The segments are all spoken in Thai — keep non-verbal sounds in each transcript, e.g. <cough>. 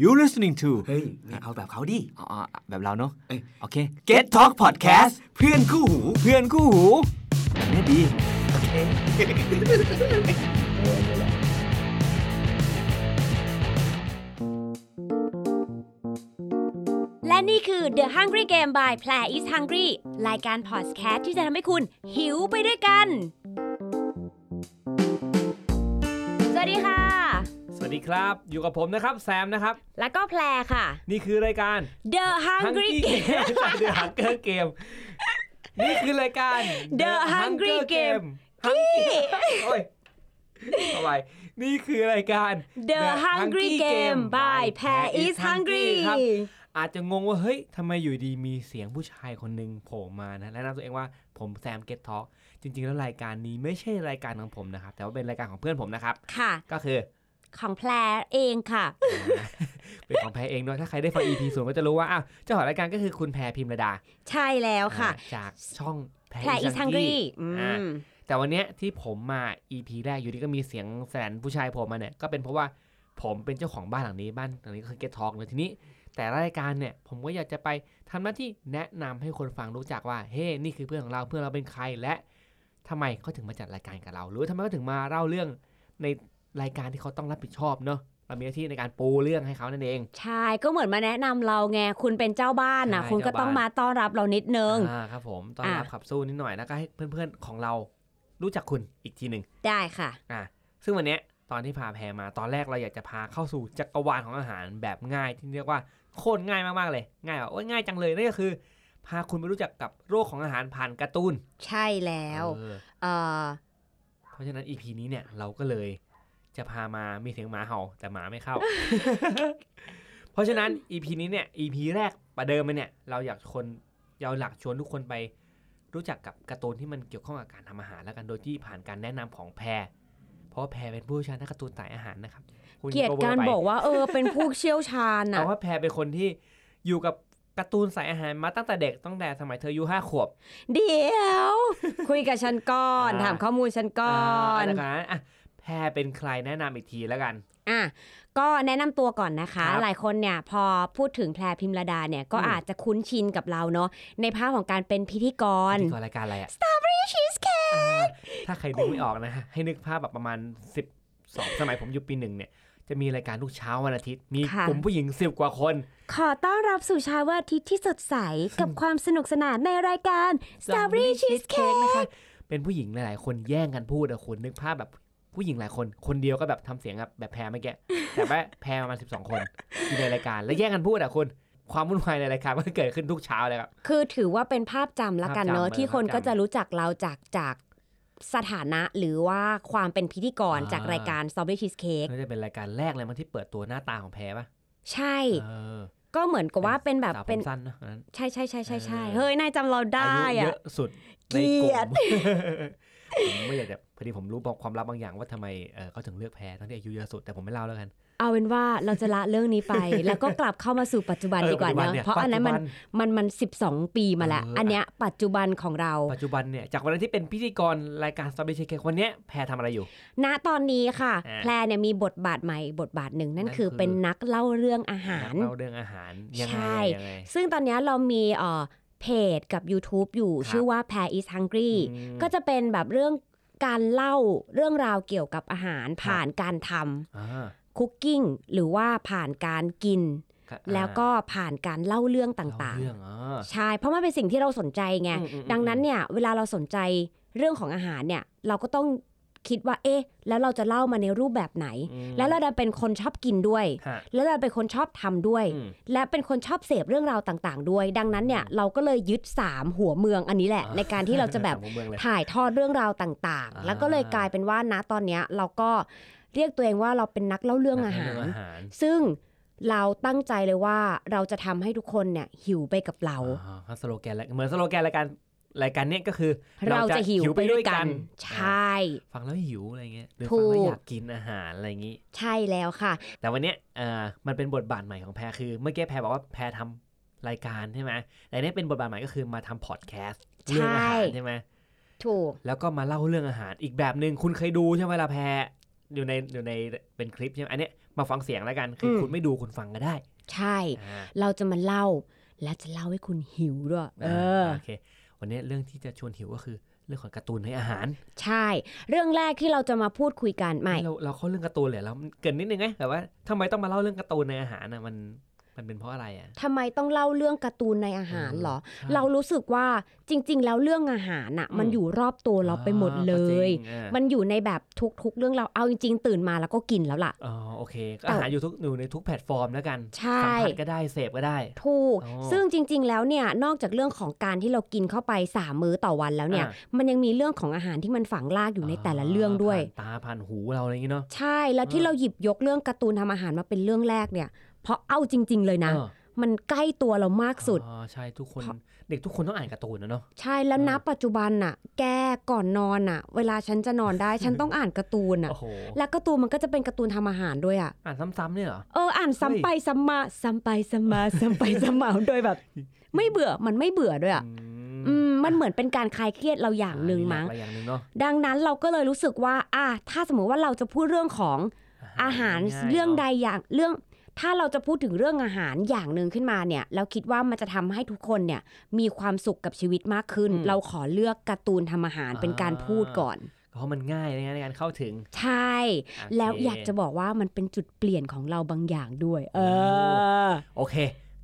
you listening to เฮ้ยเนี่ยเอาแบบเขาดิ อ๋ออ๋อแบบเราเนาะ เอ้ย โอเค Get Talk Podcast เพื่อนคู่หู เพื่อนคู่หูแบบนี้ดี และนี่คือ The Hungry Game by Play is Hungry รายการพอดแคสต์ที่จะทำให้คุณหิวไปด้วยกัน สวัสดีค่ะ สวัสดีครับ อยู่กับผมนะครับแซมนะครับ แล้วก็แพรค่ะ นี่คือรายการ The Hungry Game เดือดฮังเกอร์เกม นี่คือรายการ The Hunger Game ฮังกี้โอ้ยทำไมนี่คือรายการ The Hungry Game by Pair is Hungry ครับ อาจจะงงว่า เฮ้ยทำไมอยู่ดีมีเสียงผู้ชายคนหนึ่งโผล่มานะ และนำตัวเองว่าผมแซมเกตท็อกจริง ๆ แล้วรายการนี้ไม่ใช่รายการของผมนะครับ แต่ว่าเป็นรายการของเพื่อนผมนะครับ ค่ะ ก็คือ ของแพรเองค่ะ เป็นของแพรเองด้วยถ้าใครได้ฟัง EP ศูนย์ก็จะรู้ว่าอ้าวเจ้าของรายการก็คือคุณแพรพิมระดา ใช่แล้วค่ะ อ่าจากช่องแพร แพร is อีสัง Hungry รีอื อ่า ม แต่วันเนี้ยที่ผมมา EP แรกอยู่ดีก็มีเสียงแสนผู้ชายโผมมาเนี่ยก็เป็นเพราะว่าผมเป็นเจ้าของบ้านหลังนี้บ้านหลังนี้ก็คือ Get Talk เลยทีนี้ แต่รายการเนี่ยผมก็อยากจะไปทำหน้าที่แนะนำให้คนฟังรู้จักว่าเฮ้นี่คือเพื่อนของเราเพื่อนเราเป็นใครและทำไมเขาถึงมาจัดรายการกับเรา หรือว่าทำไมเขาถึงมาเล่าเรื่องในรายการที่เขาต้องรับผิดชอบเนาะเรามีหน้าที่ในการปูเรื่องให้เขานั่นเอง ใช่ ก็เหมือนมาแนะนำเราไง คุณเป็นเจ้าบ้านนะ ใช่ คุณก็ เจ้าบ้าน ต้องมาต้อนรับเรานิดนึง อ่าครับผมตอนรับ อ่ะ ขับสู้นิดหน่อยแล้วก็ให้เพื่อนๆของเรารู้จักคุณอีกทีหนึ่ง ได้ค่ะ อ่ะซึ่งวันเนี้ยตอนที่พาแพรมาตอนแรกเราอยากจะพาเข้าสู่จักรวาลของอาหารแบบง่ายที่เรียกว่าโคตรง่ายมากๆเลย ง่ายแบบโอ้ยง่ายจังเลยนั่นก็คือ พาคุณไปรู้จักกับโรคของอาหารผ่านการ์ตูน ใช่แล้ว เออ เออ เพราะฉะนั้น EP นี้เนี่ยเราก็เลยจะพามามีเสียงหมาเห่าแต่หมาไม่ <laughs> เข้า เพราะฉะนั้น EP นี้เนี่ย EP แรกประเดิมเลยเนี่ยเราอยากชวนเราหลักชวนทุกคนไปรู้จักกับการ์ตูนที่มันเกี่ยวข้องกับการทำอาหารแล้วกันโดยที่ผ่านการแนะนำของแพร เพราะว่าแพรเป็นผู้เชี่ยวชาญด้านการ์ตูนสายอาหารนะครับคุณ เกียรติ ว การ ไป บอกว่าเออ เป็นผู้เชี่ยวชาญนะ เอาว่าแพรเป็นคนที่อยู่กับการ์ตูนสายอาหารมาตั้งแต่เด็กตั้งแต่สมัยเธออายุห้าขวบ เดี๋ยว คุยกับฉันก่อน อ่า ถามข้อมูลฉันก่อ อ่าน แล้วกันนะอ่ะแพรเป็นใครแนะนำอีกทีแล้วกัน อ่ะก็แนะนำตัวก่อนนะคะ ครับ หลายคนเนี่ยพอพูดถึงแพรพิมรดาเนี่ยก็ อืม อาจจะคุ้นชินกับเราเนาะในภาพของการเป็นพิธีกร พิธีกรรายการอะไรอะ Strawberry Cheesecake ถ้าใครนึกไม่ออกนะฮะให้นึกภาพแบบประมาณ 12 สมัยผมอยู่ปีหนึ่งเนี่ย จะมีรายการทุกเช้าวันอาทิตย์ มี ค่ะ กลุ่มผู้หญิง 10 กว่าคน ขอต้อนรับสู่เชาวันอาทิตย์ที่สดใส กับความสนุกสนานในรายการ Strawberry Cheesecake นะคะเป็นผู้หญิงหลายๆ คนแย่งกันพูดอะคุณนึกภาพแบบผู้หญิงหลายคน คนเดียวก็แบบทำเสียงแบบแบบแพรเมื่อกี้ แต่ว่า <laughs> แพรประมาณสิบสองคนอยู่ในรายการ แล้วแย่งกันพูดอะคุณความวุ่นวายในรายการมันเกิดขึ้นทุกเช้าเลยครับ คือถือว่าเป็นภาพจำละกัน ภาพจำ เนอะ เลย ที่คน ภาพจำ ก็จะรู้จักเราจากจากสถานะหรือว่าความเป็นพิธีกร อ่า จากรายการ Strawberry Cheesecake น่าจะเป็นรายการแรกเลยมั้งที่เปิดตัวหน้าตาของแพรปะ ใช่ เออ ก็เหมือนกับว่าเป็นแบบ สาวผ เป็น มสั้นเนอะอันนั้น ใช่ใช่ใช่ใช่ใช่เฮ้ย นายจำเราได้ อายุเย อะ อะสุด เก ใน ลี กลุ่ ยมดผม <laughs> ไม่อยากจะพอดีผมรู้บอกความลับบางอย่างว่าทำไมเอ่อเขาถึงเลือกแพรทั้งที่อายุเยอะสุดแต่ผมไม่เล่าแล้วกัน เอาเป็นว่าเราจะละเรื่องนี้ไป แล้วก็กลับเข้ามาสู่ปัจจุบันดีกว่า ออปัจจุ เน บัยอะเพราะอันนั้นมัน ปัจจุบั มันมัน 12 ปีมาแล้ว เอออั อันเนี้ยปัจจุบันของเรา ปัจจุบันเนี่ยจากวันนั้นที่เป็นพิธีกรรายการ s t o r y Cheesecake วันเนี้ยแพรทำอะไรอยู่ ณตอนนี้ค่ะ อ่า แพรเนี่ยมีบทบาทใหม่บทบาทหนึ่งนั่น นั่น คือ คือ เป็นนักเล่าเรื่องอาหาร นักเล่าเรื่องอาหารยัง ใช่ ไงยังไง ซึ่งตอนเนี้ยเรามีเอ่อเพจกับ YouTube อยู่ ครับ ชื่อว่า Pair is Hungry อืม ก็จะเป็นแบบเรื่องการเล่าเรื่องราวเกี่ยวกับอาหารผ่านการท อ่า ำคุกกิ้งหรือว่าผ่านการกิน ก็ แล้วก็ผ่านการเล่าเรื่อง อ่ ต่าง เล่เรื่องอ๋อ ๆ ใช่ เพราะมันเป็นสิ่งที่เราสนใจไง อืมอืมอืม ดังนั้นเนี่ยเวลาเราสนใจเรื่องของอาหารเนี่ยเราก็ต้องคิดว่าเอ๊ะ แล้วเราจะเล่ามาในรูปแบบไหน อืม แล้วเราดันเป็นคนชอบกินด้วย ฮะ แล้วเราเป็นคนชอบทำด้วย อืม และเป็นคนชอบเสพเรื่องราวต่างๆ ด้วย ดังนั้นเนี่ย อืม เราก็เลยยึด 3 หัวเมืองอันนี้แหละ อ่า ในการที่เราจะแบบ สมมุติเมืองเลย ถ่ายทอดเรื่องราวต่าง อ่า ๆ แล้วก็เลยกลายเป็นว่านะตอนเนี้ยเราก็เรียกตัวเองว่าเราเป็นนักเล่าเรื่องอาหาร เรื่องอาหาร ซึ่งเราตั้งใจเลยว่าเราจะทำให้ทุกคนเนี่ยหิวไปกับเรา อ่าเขาสโลแกนแล้วเหมือนสโลแกนรายการรายการเนี้ยก็คือ เราจะหิวไปด้วยกัน ใช อ่า ่ ฟังแล้วหิวอะไรเงี้ยหรือ ถู ฟัง ก แล้วอยากกินอาหารอะไรอย่างงี้ ใช่แล้วค่ะ แต่วันเนี้ยเอ่อมันเป็นบทบาทใหม่ของแพรคือ เมื่อกี้แพรบอกว่าแพรทำรายการใช่ไหมแต่เนี้ยเป็นบทบาทใหม่ก็คือมาทำพอดแคสต์เรื่องอาหาร ใช่ ใช่ไหม ถูก แล้วก็มาเล่าเรื่องอาหารอีกแบบหนึ่งคุณเคยดูใช่ไหมล่ะแพรอยู่ในอยู่ในเป็นคลิปใช่ไหมอันเนี้ย มาฟังเสียงแล้วกัน คืออ ม คุณไม่ดูคุณฟังก็ได้ ใช่ อ่า เราจะมาเล่า และจะเล่าให้คุณหิวด้วย เออ โอเค วันนี้เรื่องที่จะชวนหิวก็คือเรื่องของการ์ตูนให้อาหาร ใช่ เรื่องแรกที่เราจะมาพูดคุยกันไม่ เราเราเข้าเรื่องการ์ตูนเลยแล้วเกรินนิดนึงไงแบบว่าทำไมต้องมาเล่าเรื่องการ์ตูนในอาหารนะมันมันเป็นเพราะอะไรอ่ะ ทำไมต้องเล่าเรื่องการ์ตูนในอาหารเหรอ ใช่ เรารู้สึกว่าจริง ๆ แล้วเรื่องอาหารน่ะ อืม มันอยู่รอบตัวเราไปหมดเล อ๋อก็จ ย ริงอ่ะ มันอยู่ในแบบทุกๆ เรื่องเราเอาจริง ๆ ตื่นมาแล้วก็กินแล้วล่ะ อ๋อโอเคก็ แต่ อาหารอยู่ทุกอยู่ในทุกแพลตฟอร์มแล้วกัน ใช่ สัมผัสก็ได้เสพก็ได้ ถูก อ๋อ ซึ่งจริง ๆ แล้วเนี่ยนอกจากเรื่องของการที่เรากินเข้าไปสามมื้อต่อวันแล้วเนี่ย อ่า มันยังมีเรื่องของอาหารที่มันฝังลากอยู่ในแต่ละเรื่องด้วย ผ่านตาผ่านหูเราอะไรอย่างงี้เนาะ ใช่แล้วที่ อ่า เราหยิบยกเรื่องการ์ตูนทำอาหารมาเป็นเรื่องแรกเนี่ย เพราะเอาจริง ๆ เลยนะ เออ มันใกล้ตัวเรามากสุด อ๋อใช่ทุกคน เพราะ เด็กทุกคนต้องอ่านการ์ตูนนะเนาะ ใช่แล้ว อืม นะปัจจุบันน่ะ แกก่อนนอนน่ะ เวลาฉันจะนอนได้ ฉันต้องอ่านการ์ตูนน่ะ โอ้โห แล้วการ์ตูนมันก็จะเป็นการ์ตูนทำอาหารด้วยอ่ะ อ่านซ้ำๆเนี่ยเหรอ เอออ่านซ้ำไปซ้ำมาซ้ำไปซ้ำมาซ้ำไปซ้ำมา <laughs> โดยแบบ ไม่เบื่อมันไม่เบื่อด้วยอ่ะอืมมันเหมือนเป็นการคลายเครียดเราอย่างหนึ่งมั้ง อะไรอย่างหนึ่งเนาะ ดังนั้นเราก็เลยรู้สึกว่าอ่ะถ้าสมมติว่าเราจะพูดเรื่องของอาหาร ง่ยๆ เรื่องใด นะ อย่างเรื่อง ถ้าเราจะพูดถึงเรื่องอาหารอย่างหนึ่งขึ้นมาเนี่ย เราคิดว่ามันจะทำให้ทุกคนเนี่ย มีความสุขกับชีวิตมากขึ้น เราขอเลือกการ์ตูนทำอาหารเป็นการพูดก่อน เพราะมันง่ายในการเข้าถึง ใช่ โเค แล้วอยากจะบอกว่ามันเป็นจุดเปลี่ยนของเราบางอย่างด้วย เออ โอเค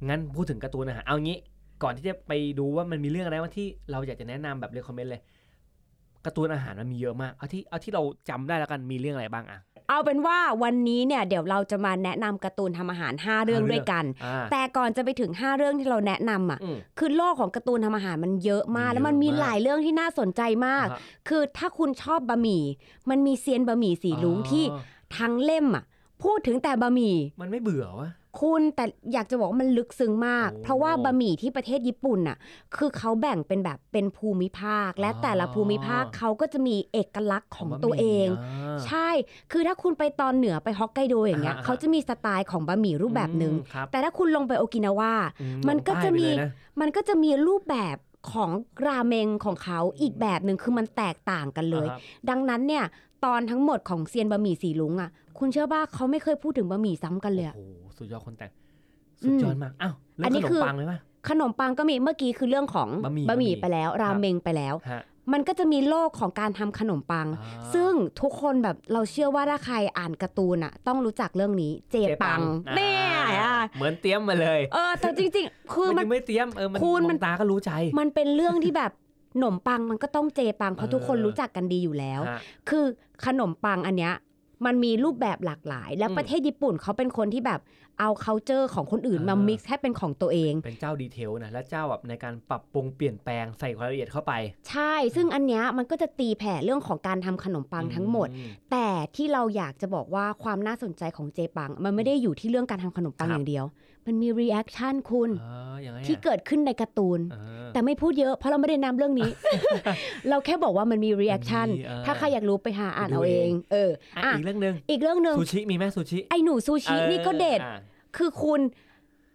งั้นพูดถึงการ์ตูนอาหารเอางี้ก่อนที่จะไปดูว่ามันมีเรื่องอะไรว่าที่เราอยากจะแนะนำแบบเรคคอมเมนต์เลยการ์ตูนอาหารมันมีเยอะมากเอาที่เอาที่เราจำได้แล้วกันมีเรื่องอะไรบ้างอ่ะ เอาเป็นว่าวันนี้เนี่ยเดี๋ยวเราจะมาแนะนำการ์ตูนทำอาหาร 5 เรื่องด้วยกัน อ่า แต่ก่อนจะไปถึง 5 เรื่องที่เราแนะนำอ่ะ อืม คือโลกของการ์ตูนทำอาหารมันเยอะมาก เยอะ แล้วมันมี มาก หลายเรื่องที่น่าสนใจมาก อ่ะ คือถ้าคุณชอบบะหมี่ มันมีเซียนบะหมี่สีลุงที่ อ๋อ ทั้งเล่มอ่ะพูดถึงแต่บะหมี่ มันไม่เบื่อวะ คุณแต่อยากจะบอกว่ามันลึกซึ้งมาก โอ้ เพราะว่าบะหมี่ที่ประเทศญี่ปุ่นน่ะคือเขาแบ่งเป็นแบบเป็นภูมิภาค และ อ๋อ แต่ละภูมิภาคเขาก็จะมีเอกลักษณ์ของ บะหมี่ ตัวเอง า ใช่ คือถ้าคุณไปตอนเหนือไปฮอกไกโดอย่างเงี้ย อ่าฮะ เขาจะมีสไตล์ของบะหมี่รูปแบบหนึ่ง อืมครับ แต่ถ้าคุณลงไปโอกินาวา อื มันก็จะมี ลงใต้ไปเลยน มันก็จะมีรูปแบบของราเมงของเขาอีกแบบหนึ่งคือมันแตกต่างกันเลย อ่าครับ ดังนั้นเนี่ยตอนทั้งหมดของเซียนบะหมี่สีลุงอะ่ะ คุณเชื่อป่ะเขาไม่เคยพูดถึงบะหมี่ซ้ำกันเลยอะ โอ้โหสุดยอดคนแต่งสุดยอดมากอ้าว อั เรื่อน ง นี้ ขน คื ม อ ปังเลยปะ ขนมปังก็มีเมื่อกี้คือเรื่องของ บะหมี่ หมี่ บะหมี่ ไปแล้ว ราเมงไปแล้ว ฮะ มันก็จะมีโลกของการทำขนมปัง อ่า ซึ่งทุกคนแบบเราเชื่อว่าถ้าใครอ่านการ์ตูนอะต้องรู้จักเรื่องนี้เจ เจ ปัง อ่า แม่อะ เหมือนเตรียมมาเลย เออแต่จริงๆ คือมัน ยังไม่เตรียมเออมัน คูณ ม มั อน งตาก็รู้ใจ มันเป็นเรื่องที่แบบขนมปังมันก็ต้องเจปังเพราะทุกคน เออ รู้จักกันดีอยู่แล้ว ฮะ คือขนมปังอันเนี้ยมันมีรูปแบบหลากหลาย และ อืม ประเทศญี่ปุ่นเขาเป็นคนที่แบบเอา c u เจอร์ของคนอื่นมา อ่า mix ให้เป็นของตัวเอง เป็นเจ้าดีเทลนะและเจ้าแบบในการปรับปรุงเปลี่ยนแปลงใส่รายละเอียดเข้าไป ใช่ ซึ่งอันเนี้ยมันก็จะตีแผ่เรื่องของการทำขนมปังทั้งหมด อื แต่ที่เราอยากจะบอกว่าความน่าสนใจของเจปัง มันไม่ได้อยู่ที่เรื่องการทำขนมปัง ครับ อย่างเดียว มันมี reaction คุณ เอออย่างไร ที่เกิดขึ้นในการ์ตูน แต่ไม่พูดเยอะเพราะเราไม่ได้นำเรื่องนี้ <laughs> เราแค่บอกว่ามันมี reaction ถ้าใครอยากรู้ไปหาอ่านเอาเอง เอออ่ะ อีกเรื่องหนึ่ง อีกเรื่องหนึ่ง ซูชิมีไหมซูชิ ไอหนูซูชินี่ก็เด็ด อออ่ะ คือคุณ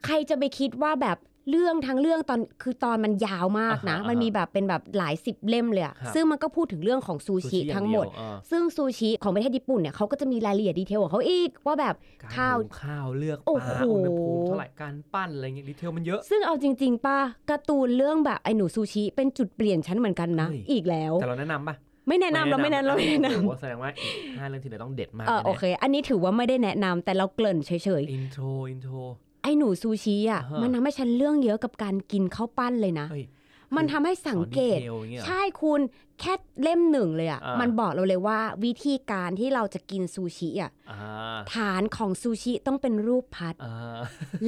ใครจะไปคิดว่าแบบเรื่องทั้งเรื่องตอนคือตอนมันยาวมากนะ อ่าฮะ มันมีแบบเป็นแบบหลายสิบเล่มเลยอะ ครับ ซึ่งมันก็พูดถึงเรื่องของซู ซู ชิ อย่า ทั้งหมด เยวเออ ซึ่งซูชิของประเทศญี่ปุ่นเนี่ยเขาก็จะมีรายละเอียดดีเทลของเขาอีกว่าแบบ การ ข้าว หุงข้าวเลือกป โอ้ ลา โห อุณหภูมิเท่าไหร่การปั้นอะไรเงี้ยดีเทลมันเยอะ ซึ่งเอาจริง ๆป้าการ์ตูนเรื่องแบบไอหนูซูชิเป็นจุดเปลี่ยนฉันเหมือนกันนะ เฮ้ย อีกแล้ว แต่เราแนะนำป่ะ ไม่แนะนำเราไม่แนะนำเราไม่แนะน โอ้โหแสดงว่าอีกห้าเรื่องที่เหลือต้องเด็ดมาก ำเออโอเค อันนี้ถือว่าไม่ได้แนะนำแต่เราเกริ่นเฉย อินโทรอินโทร ๆไอหนูซูชิอ่ะ อ่าฮะ มันทำให้ฉันเรื่องเยอะกับการกินข้าวปั้นเลยนะ เฮ้ย มันทำให้สังเกต สอนดีทลอย่างเงี้ยเหรอ ใช่คุณแค่เล่มหนึ่งเลยอ่ะ อ่ามั มันบอกเราเลยว่าวิธีการที่เราจะกินซูชิอ่ะ อ่า ฐานของซูชิต้องเป็นรูปพัด <laughs> อ่า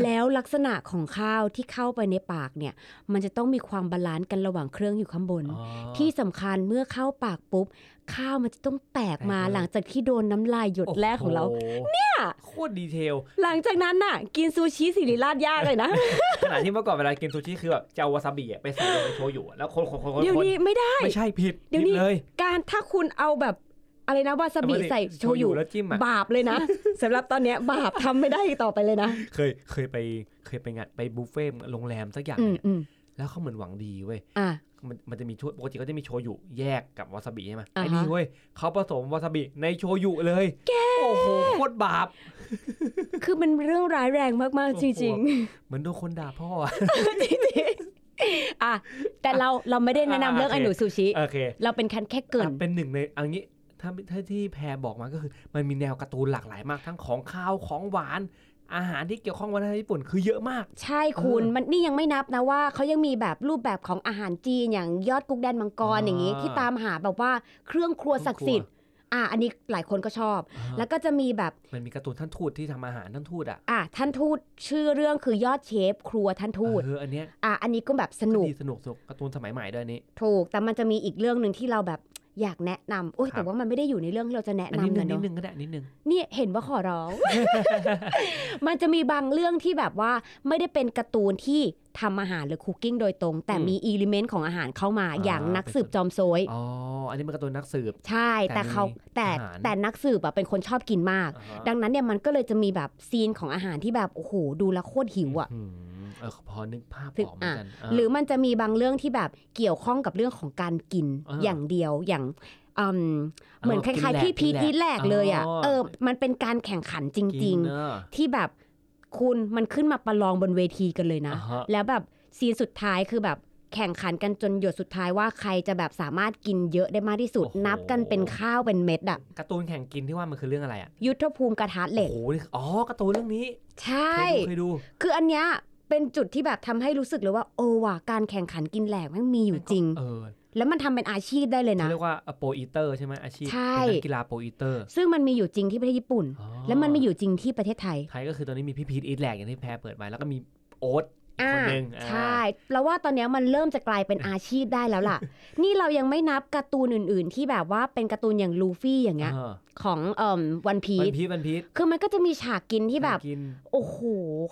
แล้วลักษณะของข้าวที่เข้าไปในปากเนี่ย มันจะต้องมีความบาลานซ์กันระหว่างเครื่องอยู่ข้างบน อ๋อ ที่สำคัญเมื่อเข้าปากปุ๊บ ข้าวมันจะต้องแตกมา แตกเลย หลังจากที่โดนน้ำลายหยด โโห แรกของเรา เนี่ย โคตรดีเทล หลังจากนั้นน่ะ กินซูชิสิริราชยากเลยนะ ขณะที่เมื่อก่อนเวลากินซูชิคือแบบจะเอาวาซาบิอะไปใส่ลงในโชยุอะแล้วคนคนคนคน เดี๋ยวนี้ไม่ได้ ไม่ใช่ผิด เดี๋ยว ผิ นี้ เลย การถ้าคุณเอาแบบอะไรนะวาซาบิใส่โชยุ แล้วจิ้มอะ บาปเลยนะ <laughs> สำหรับตอนเนี้ยบาปทำไม่ได้อีกต่อไปเลยนะ เคยเคยไปเคยไปงานไปบุฟเฟ่ต์โรงแรมสักอย่าง อื เนี่ย มอืม แล้วเขาเหมือนหวังดีเว้ย อ่ะ มันมันจะมีช่วยปกติก็จะมีโชยุแยกกับวาซาบิใช่ไหม อ่าฮะ ไอ้นี่เว้ยเขาผสมวาซาบิในโชยุเลยโอ้โหโคตรบาป คือมันเรื่องร้ายแรงมาก ๆ จริง ๆ เหมือนโดนคนด่าพ่ออะ อ่ะแต่เราเราไม่ได้แนะนำเรื่อง อ่า ไอ้ โอเค หนูซูชิ โอเค เราเป็นคันแค่เกริน อ่ะเป็นหนึ่งในเอันนี้ถ้าถ้าที่แพรบอกมาก็คือ มันมีแนวการ์ตูนหลากหลายมากทั้งของข้าวของหวาน อาหารที่เกี่ยวข้องวัฒนธรรมญี่ปุ่นคือเยอะมาก ใช่คุณมันนี่ยังไม่นับนะว่าเขายังมีแบบรูปแบบของอาหารจีนอย่างยอดกุ๊กแดนมังกร อ่า อย่างนี้ ที่ตามหาแบบว่าเครื่องครัวศักดิ์สิทธิ์อ่ะอันนี้หลายคนก็ชอบ อ่า แล้วก็จะมีแบบ มันมีการ์ตูนท่านทูตที่ทำอาหารท่านทูตอ่ะ อ่ะท่านทูตชื่อเรื่องคือยอดเชฟครัวท่านทูต เอออันเนี้ย อ่ะอันนี้ก็แบบสนุก ดีสนุกสนุกการ์ตูนสมัยใหม่ด้วยอันนี้ ถูก แต่มันจะมีอีกเรื่องหนึ่งที่เราแบบอยากแนะนำโอ้ย ครับ แต่ว่ามันไม่ได้อยู่ในเรื่องที่เราจะแนะ อัน นำ นี้ห เล นึ่งนิยเนาะ ดนึงก็ได้นิดนึง นี่เห็นว่าขอร้อง <laughs> มันจะมีบางเรื่องที่แบบว่าไม่ได้เป็นการ์ตูนที่ทำอาหารหรือคุกกิ้งโดยตรง แต่ อืม มีอิเลเมนต์ของอาหารเข้ามา อ่า อย่างนักสืบจอมโซย อ๋ออันนี้มันการ์ตูนนักสืบ ใช่ แต่เขาแต่ อาหาร แต่นักสืบอะเป็นคนชอบกินมาก อ่าฮะ ดังนั้นเนี่ยมันก็เลยจะมีแบบซีนของอาหารที่แบบโอ้โหดูแล้วโคตรหิวอะ มเออพอนึกภาพ ถึง ออกเหมือนกันาอ่ะหรือมันจะมีบางเรื่องที่แบบเกี่ยวข้องกับเรื่องของการกิน อ่า อย่างเดียวอย่างอืมเหมือนคล้ายๆ กิ พี่ นแหลก พีท กิ อี น ท แห แห ล ล ก กเลยอะ อ๋อ เออ มันเป็นการแข่งขันจริง ๆ เนอะ ที่แบบคุณมันขึ้นมาประลองบนเวทีกันเลยนะ อ่าฮะ แล้วแบบซีนสุดท้ายคือแบบแข่งขันกันจนหยดสุดท้ายว่าใครจะแบบสามารถกินเยอะได้มากที่สุด โอ้โห นับกันเป็นข้าวเป็นเม็ดอะ การ์ตูนแข่งกินที่ว่ามันคือเรื่องอะไรอ่ะ ยุทธภูมิกระทะเหล็ก โอ้โหนี่อ๋อการ์ตูนเรื่องนี้ ใช่ เคยดูเคยดู คืออันเนี้ยเป็นจุดที่แบบทำให้รู้สึกเลยว่า โอว่ะการแข่งขันกินแหลกมันมีอยู่จริง เออ แล้วมันทำเป็นอาชีพได้เลย เขา นะ เรียกว่าโปรอีเตอร์ใช่ไหมอาชีพ ใช่ เป็นนักกีฬาโปรอีเตอร์ ซึ่งมันมีอยู่จริงที่ประเทศญี่ปุ่น อ๋อ แล้วมันมีอยู่จริงที่ประเทศไทย ไทยก็คือตอนนี้มีพี่พีทอีทแหลกอย่างที่แพรเปิดไปแล้วก็มีโอ๊ตอีกคนหนึ่ง ใช่แล้วว่าตอนเนี้ยมันเริ่มจะกลายเป็นอาชีพได้แล้ว <laughs> ล่ะ นี่เรายังไม่นับการ์ตูนอื่น ๆ ที่แบบว่าเป็นการ์ตูนอย่างลูฟี่อย่างเงี้ อ่าย เออ ของเอ่อวันพี วั ซ นพีทวันพีท คือมันก็จะมีฉากกินที่แบบ กิน โอ้โห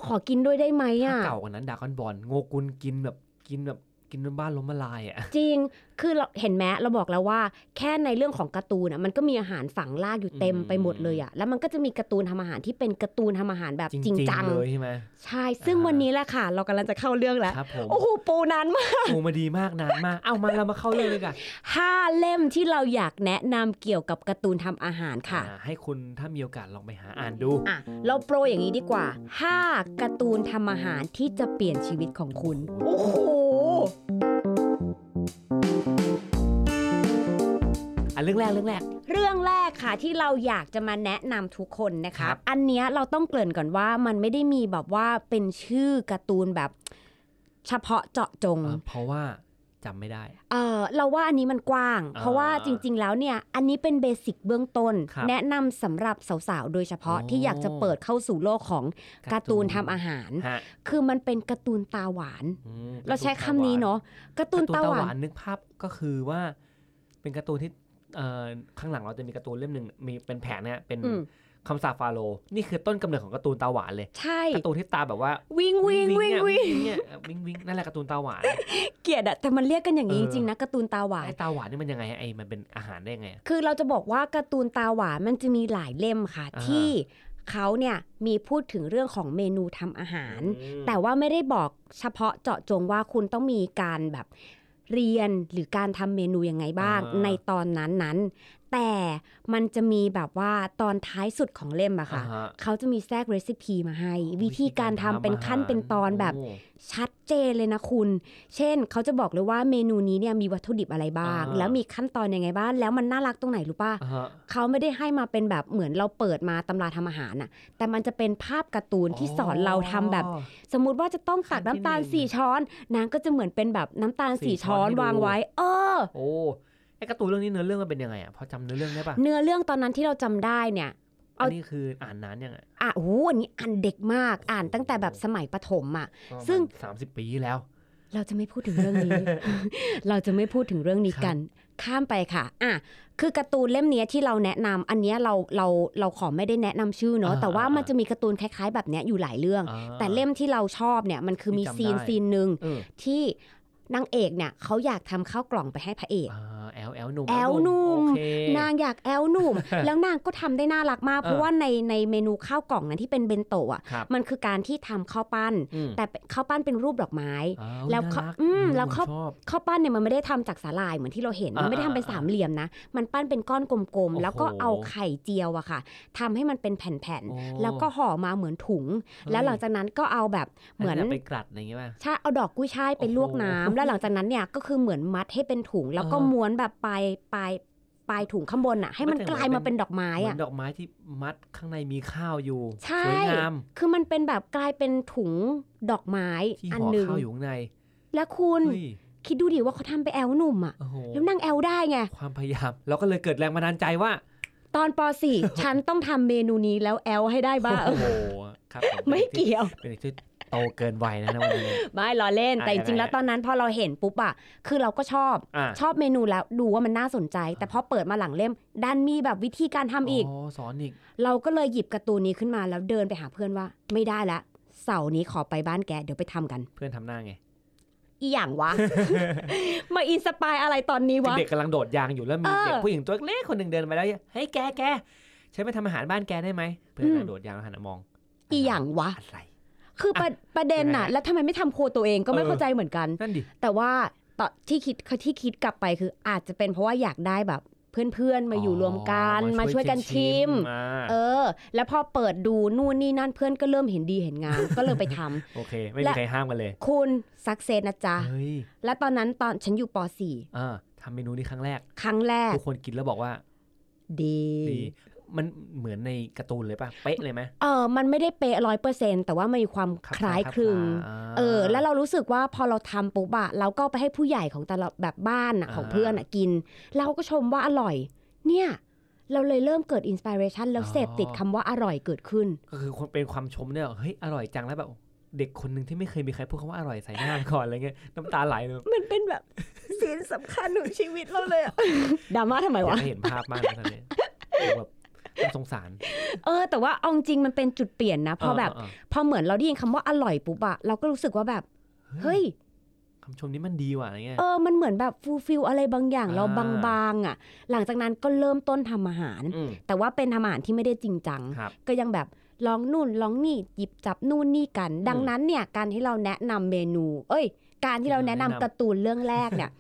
ขอกินด้วยได้ไหม ถ้า อ่ะ เก่ากว่านั้นดากอนบอลโงกุนกินแบบกินแบบกินจนบ้านล้มละลายอ่ะ จริง คือเราเห็นไหมเราบอกแล้วว่า แค่ในเรื่องของการ์ตูนอ่ะมันก็มีอาหารฝังลากอยู่เต็ม อืม ไปหมดเลยอ่ะแล้วมันก็จะมีการ์ตูนทำอาหารที่เป็นการ์ตูนทำอาหารแบบ จริง จริง ๆ จัง เลยใช่ไหม ใช่ซึ่ง อ่า วันนี้แหละค่ะ เรากำลังจะเข้าเรื่องแล้ว ครับผม โอ้โหปูนานมาก โอ้มาดีมากนานมากเอ้ามาเรามาเข้าเรื่องเลยกัน ห้าเล่มที่เราอยากแนะนำเกี่ยวกับการ์ตูนทำอาหารค่ะ อ่าให้คุณถ้ามีโอกาสลองไปหาอ่านดู อ่ะ เราโปรอย่างนี้ดีกว่า 5 การ์ตูนทำอาหารที่จะเปลี่ยนชีวิตของคุณ โอ้โห อันเรื่องแรกเรื่องแรก เรื่องแรกค่ะที่เราอยากจะมาแนะนำทุกคนนะคะ ครับ อันเนี้ยเราต้องเกริ่นก่อนว่ามันไม่ได้มีแบบว่าเป็นชื่อการ์ตูนแบบ เฉพาะเจาะจง เอ่อเพราะว่าจำไม่ได้ เออเราว่าอันนี้มันกว้าง อ่า เพราะว่าจริง ๆ แล้วเนี่ยอันนี้เป็นเบสิกเบื้องต้น ครับ แนะนำสำหรับสาวๆ โดยเฉพาะ อ๋อ ที่อยากจะเปิดเข้าสู่โลกของการ์ตูนทำอาหาร ฮะ คือมันเป็นการ์ตูนตาหวาน อืม เราใช้คำนี้เนาะการ์ตู การ์ น ตูน ตา ตา หวาวหาน นนึกภาพก็คือว่า เป็นการ์ตูนที่เอ่อข้างหลังเราจะมีการ์ตูนเล่มหนึ่งมีเป็นแผงเนี่ยเป็น อืม คำสาปฟาโรห์นี่คือต้นกำเนิดของการ์ตูนตาหวานเลย ใช่ การ์ตูนที่ตาแบบว่า วิ่งวิ่งวิ่ง เนี่ย วิ่ง เนี่ยเอ่อวิ่งวิ่งนั่นแหละการ์ตูนตาหวาน เกลียดอะแต่มันเรียกกันอย่างนี้ เออจริงๆนะการ์ตูนตาหวาน ไอ้ตาหวานนี่มันยังไงฮะไอ้มันเป็นอาหารได้ยังไงอะ คือเราจะบอกว่าการ์ตูนตาหวานมันจะมีหลายเล่มค่ะ อ่า ที่เขาเนี่ยมีพูดถึงเรื่องของเมนูทำอาหาร อืม แต่ว่าไม่ได้บอกเฉพาะเจาะจงว่าคุณต้องมีการแบบเรียนหรือการทำเมนูยังไงบ้าง อ่า ในตอนนั้นนั้นๆแต่มันจะมีแบบว่าตอนท้ายสุดของเล่มอะค่ะ อ่าฮ เขาจะมีแทรกเรซิปีมาให้ วิธีการทำเป็นขั้น อาหาร เป็นตอนแบบ โอ้ ชัดเจนเลยนะคุณ เช่นเขาจะบอกเลยว่าเมนูนี้เนี่ยมีวัตถุดิบอะไรบ้าง อ่า แล้วมีขั้นตอนยังไงบ้างแล้วมันน่ารักตรงไหนรู้ป่ะ อ่าฮะ เขาไม่ได้ให้มาเป็นแบบเหมือนเราเปิดมาตำราทำอาหารน่ะ แต่มันจะเป็นภาพการ์ตูนที่สอนเราทำแบบ สมมุติว่าจะต้องตัก ขั้นที่ น้ำตาล หนึ่ง สี่ช้อน นางก็จะเหมือนเป็นแบบน้ำตาล สี่ สี่ ช้ ช้ อ อน น ให้ดู วางไว้ เออ โอ้ไอ้การ์ตูนเรื่องนี้เนื้อเรื่องมันเป็นยังไงอ่ะพอจำเนื้อเรื่องได้ปะ เนื้อเรื่องตอนนั้นที่เราจำได้เนี่ย เอา อันนี้คืออ่านนานยังอะ อ่ะโอ้โหอันนี้อ่านเด็กมากอ่านตั้งแต่แบบสมัยประถมอ่ะ ซึ่ง สามสิบปีที่แล้ว เราจะไม่พูดถึงเรื่อง <laughs> นี้ เราจะไม่พูดถึงเรื่องนี้กัน ข้ามไปค่ะอ่ะคือการ์ตูนเล่มเนี้ยที่เราแนะนำอันเนี้ยเราเราเราขอไม่ได้แนะนำชื่อเนาะ อ่า แต่ว่า อ่ามั มันจะมีการ์ตูนคล้ายๆ แบบเนี้ยอยู่หลายเรื่อง อ่า แต่เล่มที่เราชอบเนี่ยมันคือมี ที่จำ ซีน ได้ ซีนหนึ่ง เออ ที่นางเอกเนี่ยเขาอยากทำข้าวกล่องไปให้พระเอก อ่า L ลหนุ่ม แอลหนุ่ม โอเค นางอยากแอล <laughs> หนุ่ม แล้วนางก็ทำได้น่ารักมาก เออ เพราะว่าในในเมนูข้าวกล่องนั้นที่เป็นเบนโตะอ่ะ ครับ มันคือการที่ทำข้าวปั้น อืม แต่เป็นข้าวปั้นเป็นรูปดอกไม้ อ้า แล้ว น่า เขา รัก อืมแล้ว ผม เขา ชอบ ข้าวปั้นเนี่ยมันไม่ได้ทำจากสาลายเหมือนที่เราเห็น มัน อ่า ไม่ได้ทำเป็น อ่า สามเหลี่ยมนะ มันปั้นเป็นก้อนกลม โอ้ ๆ โห แล้วก็เอาไข่เจียวอะค่ะทำให้มันเป็นแผ่น โอ้ ๆ แล้วก็ห่อมาเหมือนถุง แล้วหลังจากนั้นก็เอาแบบเหมือน แล้วไปกลัดอะไรอย่างเงี้ยป่ะ ใช่เอาดอกกุ้ยช่ายไป โอ้โห ลวกน้ำแล้วหลังจากนั้นเนี่ยก็คือเหมือนมัดให้เป็นถุง แล้วก็ เออ ม้วนแบบปลายปลายปลายถุงข้างบนอะให้มัน มันแต่ กลาย เหมื มา อนเป็ เป็น นดอกไม้ เหมือ อะ นดอกไม้ที่มัดข้างในมีข้าวอยู่ ใช่ สวยงาม คือมันเป็นแบบกลายเป็นถุงดอกไม้ ที่ อัน ห่อ หนึ่ง ข้าวอยู่ข้างใน และคุณ เฮ้ย คิดดูดิว่าเขาทำไปแอลหนุ่มอะ โอ้โห แล้วนางแอลได้ไง ความพยายามเราก็เลยเกิดแรงบันดาลใจว่า ตอนป <laughs> .4 ฉันต้องทำเมนูนี้แล้วแอลให้ได้บ้าง <laughs> โอ้โหครับผ ไม่เกี่ยว เป็นเด็กที่โตเกินวัยนะนะวันนี้ ไม่ล้อเล่น อ่ะ แต่จริงๆ แล้ว ยังไง ตอนนั้นพอเราเห็นปุ๊บอะคือเราก็ชอบ อ่ะ ชอบเมนูแล้วดูว่ามันน่าสนใจ แต่พอเปิดมาหลังเล่ม ดันมีแบบวิธีการทำอีก อ๋อสอนอีก เราก็เลยหยิบการ์ตูนนี้ขึ้นมาแล้วเดินไปหาเพื่อนว่า ไม่ได้ละ เสาร์นี้ขอไปบ้านแก เดี๋ยวไปทำ <laughs> กัน เพื่อนทำหน้าไง อีหยังวะ <laughs> มาอินสปายอะไรตอนนี้วะ เด็กกำลังโดดยางอยู่แล้วมี เออ เด็กผู้หญิงตัวเล็กคนหนึ่งเดินมาแล้วเฮ้ยแกแกฉันไปทำอาหารบ้านแกได้ไหมเพื่อนกำลั อื ง ม โดดยางแล้วหันมามอง อีหยังวะ อะไร คือประประเด็นน่ะ แล้วทำไมไม่ทำครัวตัวเองก็ไม่ เออ เข้าใจเหมือนกัน นั่นดิ แต่ว่าตอนที่คิดที่คิดกลับไปคืออาจจะเป็นเพราะว่าอยากได้แบบเพื่อนๆ มาอยู่รวมกัน อ๋อ มาช่วยกันชิม อ่า เออ แล้วพอเปิดดูนู่นนี่นั่นเพื่อนก็เริ่มเห็นดีเห็นงาม ก็เลยไปทำ <laughs> โอเค ไม่มี และ ใครห้ามกันเลย คุณสักเซสนะจ๊ะ เฮ้ย และตอนนั้นตอนฉันอยู่ป อ่าทำเมนูนี้ครั้งแรก .4 ครั้งแรก ทุกคนกินแล้วบอกว่า ดี ดีมันเหมือนในการ์ตูนเลยป่ะ เป๊ะเลยไหม เออมันไม่ได้เป๊ะร้อยเปอร์เซ็นแต่ว่ามันมีความ บ คล้ายคลึง อ่า เออ แล้วเรารู้สึกว่าพอเราทำปุ๊บอะเราก็ไปให้ผู้ใหญ่ของแต่ละแบบบ้านอะ อ่า ของเพื่อนอะกิน เราก็ชมว่าอร่อย เนี่ย เราเลยเริ่มเกิดอินสปิเรชันแล้วเสพติดคำว่าอร่อยเกิดขึ้น ก็คือคนเป็นความชมเนี่ยเหรอเฮ้ย อร่อยจังแล้วแบบ เด็กคนหนึ่งที่ไม่เคยมีใครพูดคำว่าอร่อยใส่หน้าก่อนอะไรเงี้ย <laughs> น้ำตาไหลเลย มันเป็นแบบ <laughs> สีนสำคัญของชีวิตเราเลย <laughs> ดราม่าทำอยาวไมะ กให้เห็นภาพมากเลยตอนนี้แบบน่าสงสาร เออ แต่ว่าเอาจริงมันเป็นจุดเปลี่ยนนะพอแบบ เออ พอเหมือนเราได้ยินคำว่าอร่อยปุ๊บอะเราก็รู้สึกว่าแบบ เออเฮ้ เฮ้ ย ย คำชมนี้มันดีว่ะอะไรเงี้ย เออ มันเหมือนแบบฟูลฟิลอะไรบางอย่าง เรา อ่า บางๆอะหลังจากนั้นก็เริ่มต้นทำอาหาร อืม แต่ว่าเป็นทำอาหารที่ไม่ได้จริงจัง ครับ ก็ยังแบบลองนู่นลองนี่หยิบจับนู่นนี่กัน ดังนั้นเนี่ยการที่เราแนะนำเมนู เอ้ย การที่เราแนะนำ แนะนำ การ์ตูนเรื่องแรก <laughs> เนี่ย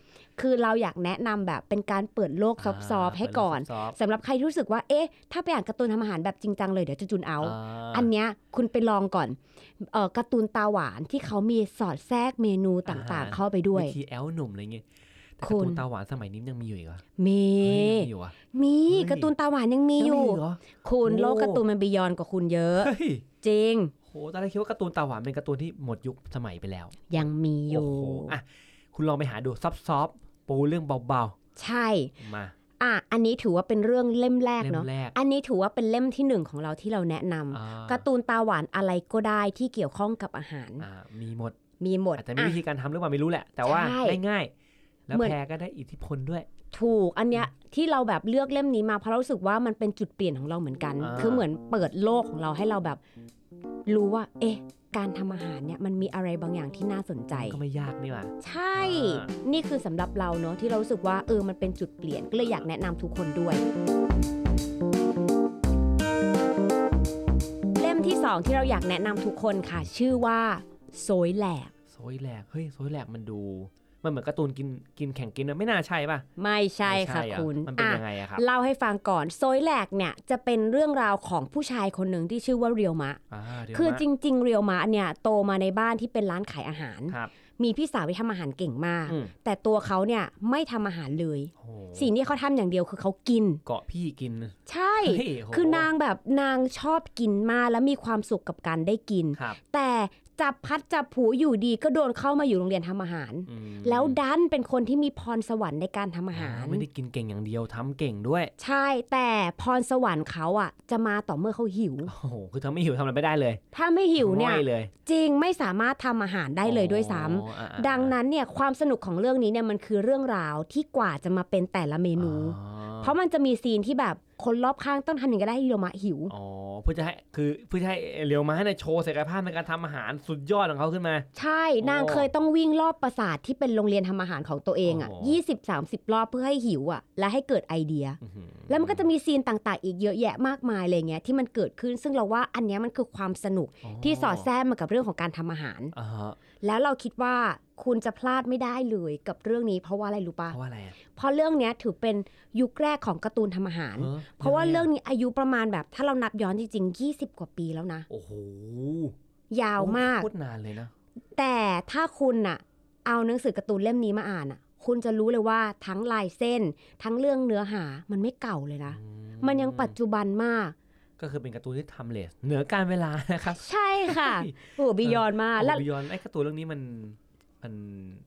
คือเราอยากแนะนำแบบเป็นการเปิดโลกซอฟๆให้ก่อน ซอฟต์ สำหรับใครที่รู้สึกว่าเอ๊ะถ้าไปอ่านการ์ตูนทำอาหารแบบจริงจังเลยเดี๋ยวจะจุนเอา า อันเนี้ยคุณไปลองก่อนเออการ์ตูนตาหวานที่เขามีสอดแทรกเมนูต่าง อ่า ๆ เข้าไปด้วย วิธีแอลหนุ่มอะไรเงี้ยแต่ คุ การ์ตู ณ นตาหวานสมัยนี้มันยังมีอยู่อีกเหรอ เม เฮ้ยยังมีอยู่อ่ะ มี เฮ้ย การ์ตูนตาหวานยังมี ง อ มี ยู่ เหรอ คุณ โอ้ โลกการ์ตูนมันบียอนกว่าคุณเยอะ เฮ้ย จริง โหตอนแรกคิดว่าการ์ตูนตาหวานเป็นการ์ตูนที่หมดยุคสมัยไปแล้ว ยังมีอ โอ้ ยู่ โหอ่ะคุณลองไปหาดูซอฟซอฟปูเรื่องเบา ใช่ ๆมา อ่ะ อันนี้ถือว่าเป็นเรื่องเล่มแรก เล่ เนาะ มแรก อันนี้ถือว่าเป็นเล่มที่หนึ่งของเราที่เราแนะนำ อ่า การ์ตูนตาหวานอะไรก็ได้ที่เกี่ยวข้องกับอาหาร อ่ามีหมด มีหมด อาจจะมีวิ อ่ะ ธีการทำหรือเปล่าไม่รู้แหละ แต่ว่า ใช่ ง่ายๆแล้ว เหมือน แพรก็ได้อิทธิพลด้วย ถูก อันเนี้ยที่เราแบบเลือกเล่มนี้มาเพราะเรารู้สึกว่ามันเป็นจุดเปลี่ยนของเราเหมือนกัน อ่า คือเหมือนเปิดโลกของเราให้เราแบบ รู้ว่า เอ๊ะ การทำอาหารเนี่ยมันมีอะไรบางอย่างที่น่าสนใจ ก็ไม่ยากนี่หว่า ใช่ อ่า นี่คือสำหรับเราเนาะที่เรารู้สึกว่าเออ มันเป็นจุดเปลี่ยนก็เลยอยากแนะนำทุกคนด้วย เล่มที่สองที่เราอยากแนะนำทุกคนค่ะ ชื่อว่าโซยแหลก โซยแหลกเฮ้ยโซยแหลกมันดู มันเหมือนการ์ตูนกินกินแข่งกินนะไม่น่าใช่ป่ะ ไม่ใช่ค่ะ ไม่ใช่อ่ คุณ มันเป็น อ่ะ ยังไงอะครับ เล่าให้ฟังก่อนโซยแหลกเนี่ยจะเป็นเรื่องราวของผู้ชายคนหนึ่งที่ชื่อว่าเรียวมะ าเดี๋ยว คือ นะ จริง ๆ เรียวมะเนี่ยโตมาในบ้านที่เป็นร้านขายอาหาร ครับ มีพี่สาวที่ทำอาหารเก่งมาก อืม แต่ตัวเขาเนี่ยไม่ทำอาหารเลย โอ้โห สิ่งที่เขาทำอย่างเดียวคือเขากิน เกาะพี่กิน ใช่ เฮ้ยโห คือนางแบบนางชอบกินมากแล้วมีความสุขกับการได้กิน ครับ แต่จับพัดจับผูอยู่ดีก็โดนเข้ามาอยู่โรงเรียนทำอาหาร อืม แล้วดันเป็นคนที่มีพรสวรรค์ในการทำอาหาร ไม่ได้กินเก่งอย่างเดียวทำเก่งด้วย ใช่แต่พรสวรรค์เขาอ่ะ จะมาต่อเมื่อเขาหิว โอ้โห คือทำไม่หิวทำอะไรไม่ได้เลย ถ้าไม่หิวเนี่ย ง่อเลย จริงไม่สามารถทำอาหารได้เลยด้วยซ้ำ อ๋ออ่ะอ่ะ ดังนั้นเนี่ยความสนุกของเรื่องนี้เนี่ยมันคือเรื่องราวที่กว่าจะมาเป็นแต่ละเมนู อ๋อ เพราะมันจะมีซีนที่แบบคนรอบข้างต้องทำอย่างไรก็ได้ให้โรมะหิว อ๋อเพื่อจะให้คือเพื่อจะให้เรียวมาเนี่ยโชว์ศักยภาพในการทำอาหารสุดยอดของเขาขึ้นมา ใช่นาง โอ้ เคยต้องวิ่งรอบปราสาทที่เป็นโรงเรียนทำอาหารของตัวเองอ่ะ โอ้ ยี่สิบสามสิบรอบเพื่อให้หิวอ่ะ และให้เกิดไอเดีย อื้อหือ แล้วมันก็จะมีซีนต่างๆ อีกเยอะแยะมากมายเลยเงี้ยที่มันเกิดขึ้นซึ่งเราว่าอันเนี้ยมันคือความสนุกที่สอดแทรกมากับเรื่องของการทำอาหาร อ่าฮะ แล้วเราคิดว่าคุณจะพลาดไม่ได้เลยกับเรื่องนี้เพราะว่าอะไรรู้ปะ เพราะว่าอะไรอ่ะ เพราะเรื่องเนี้ยถือเป็นยุคแรกของการ์ตูนทำอาหาร ออ เพราะว่าเรื่องนี้อายุประมาณแบบถ้าเรานับย้อนจริงๆ 20 กว่าปีแล้วนะ โอ้โห ยาวมาก โคตรนานเลยนะ แต่ถ้าคุณน่ะเอาหนังสือการ์ตูนเล่มนี้มาอ่านน่ะ คุณจะรู้เลยว่าทั้งลายเส้น ทั้งเรื่องเนื้อหามันไม่เก่าเลยนะ อื มันยังปัจจุบันมาก ก็คือเป็นการ์ตูนที่ทำเลสเหนือการเวลานะครับ ใช่ค่ะ <laughs> เฮ้ย โอ้บิยอนมาก โอ้ แล้ว บิยอนไอ้การ์ตูนเรื่องนี้มันมัน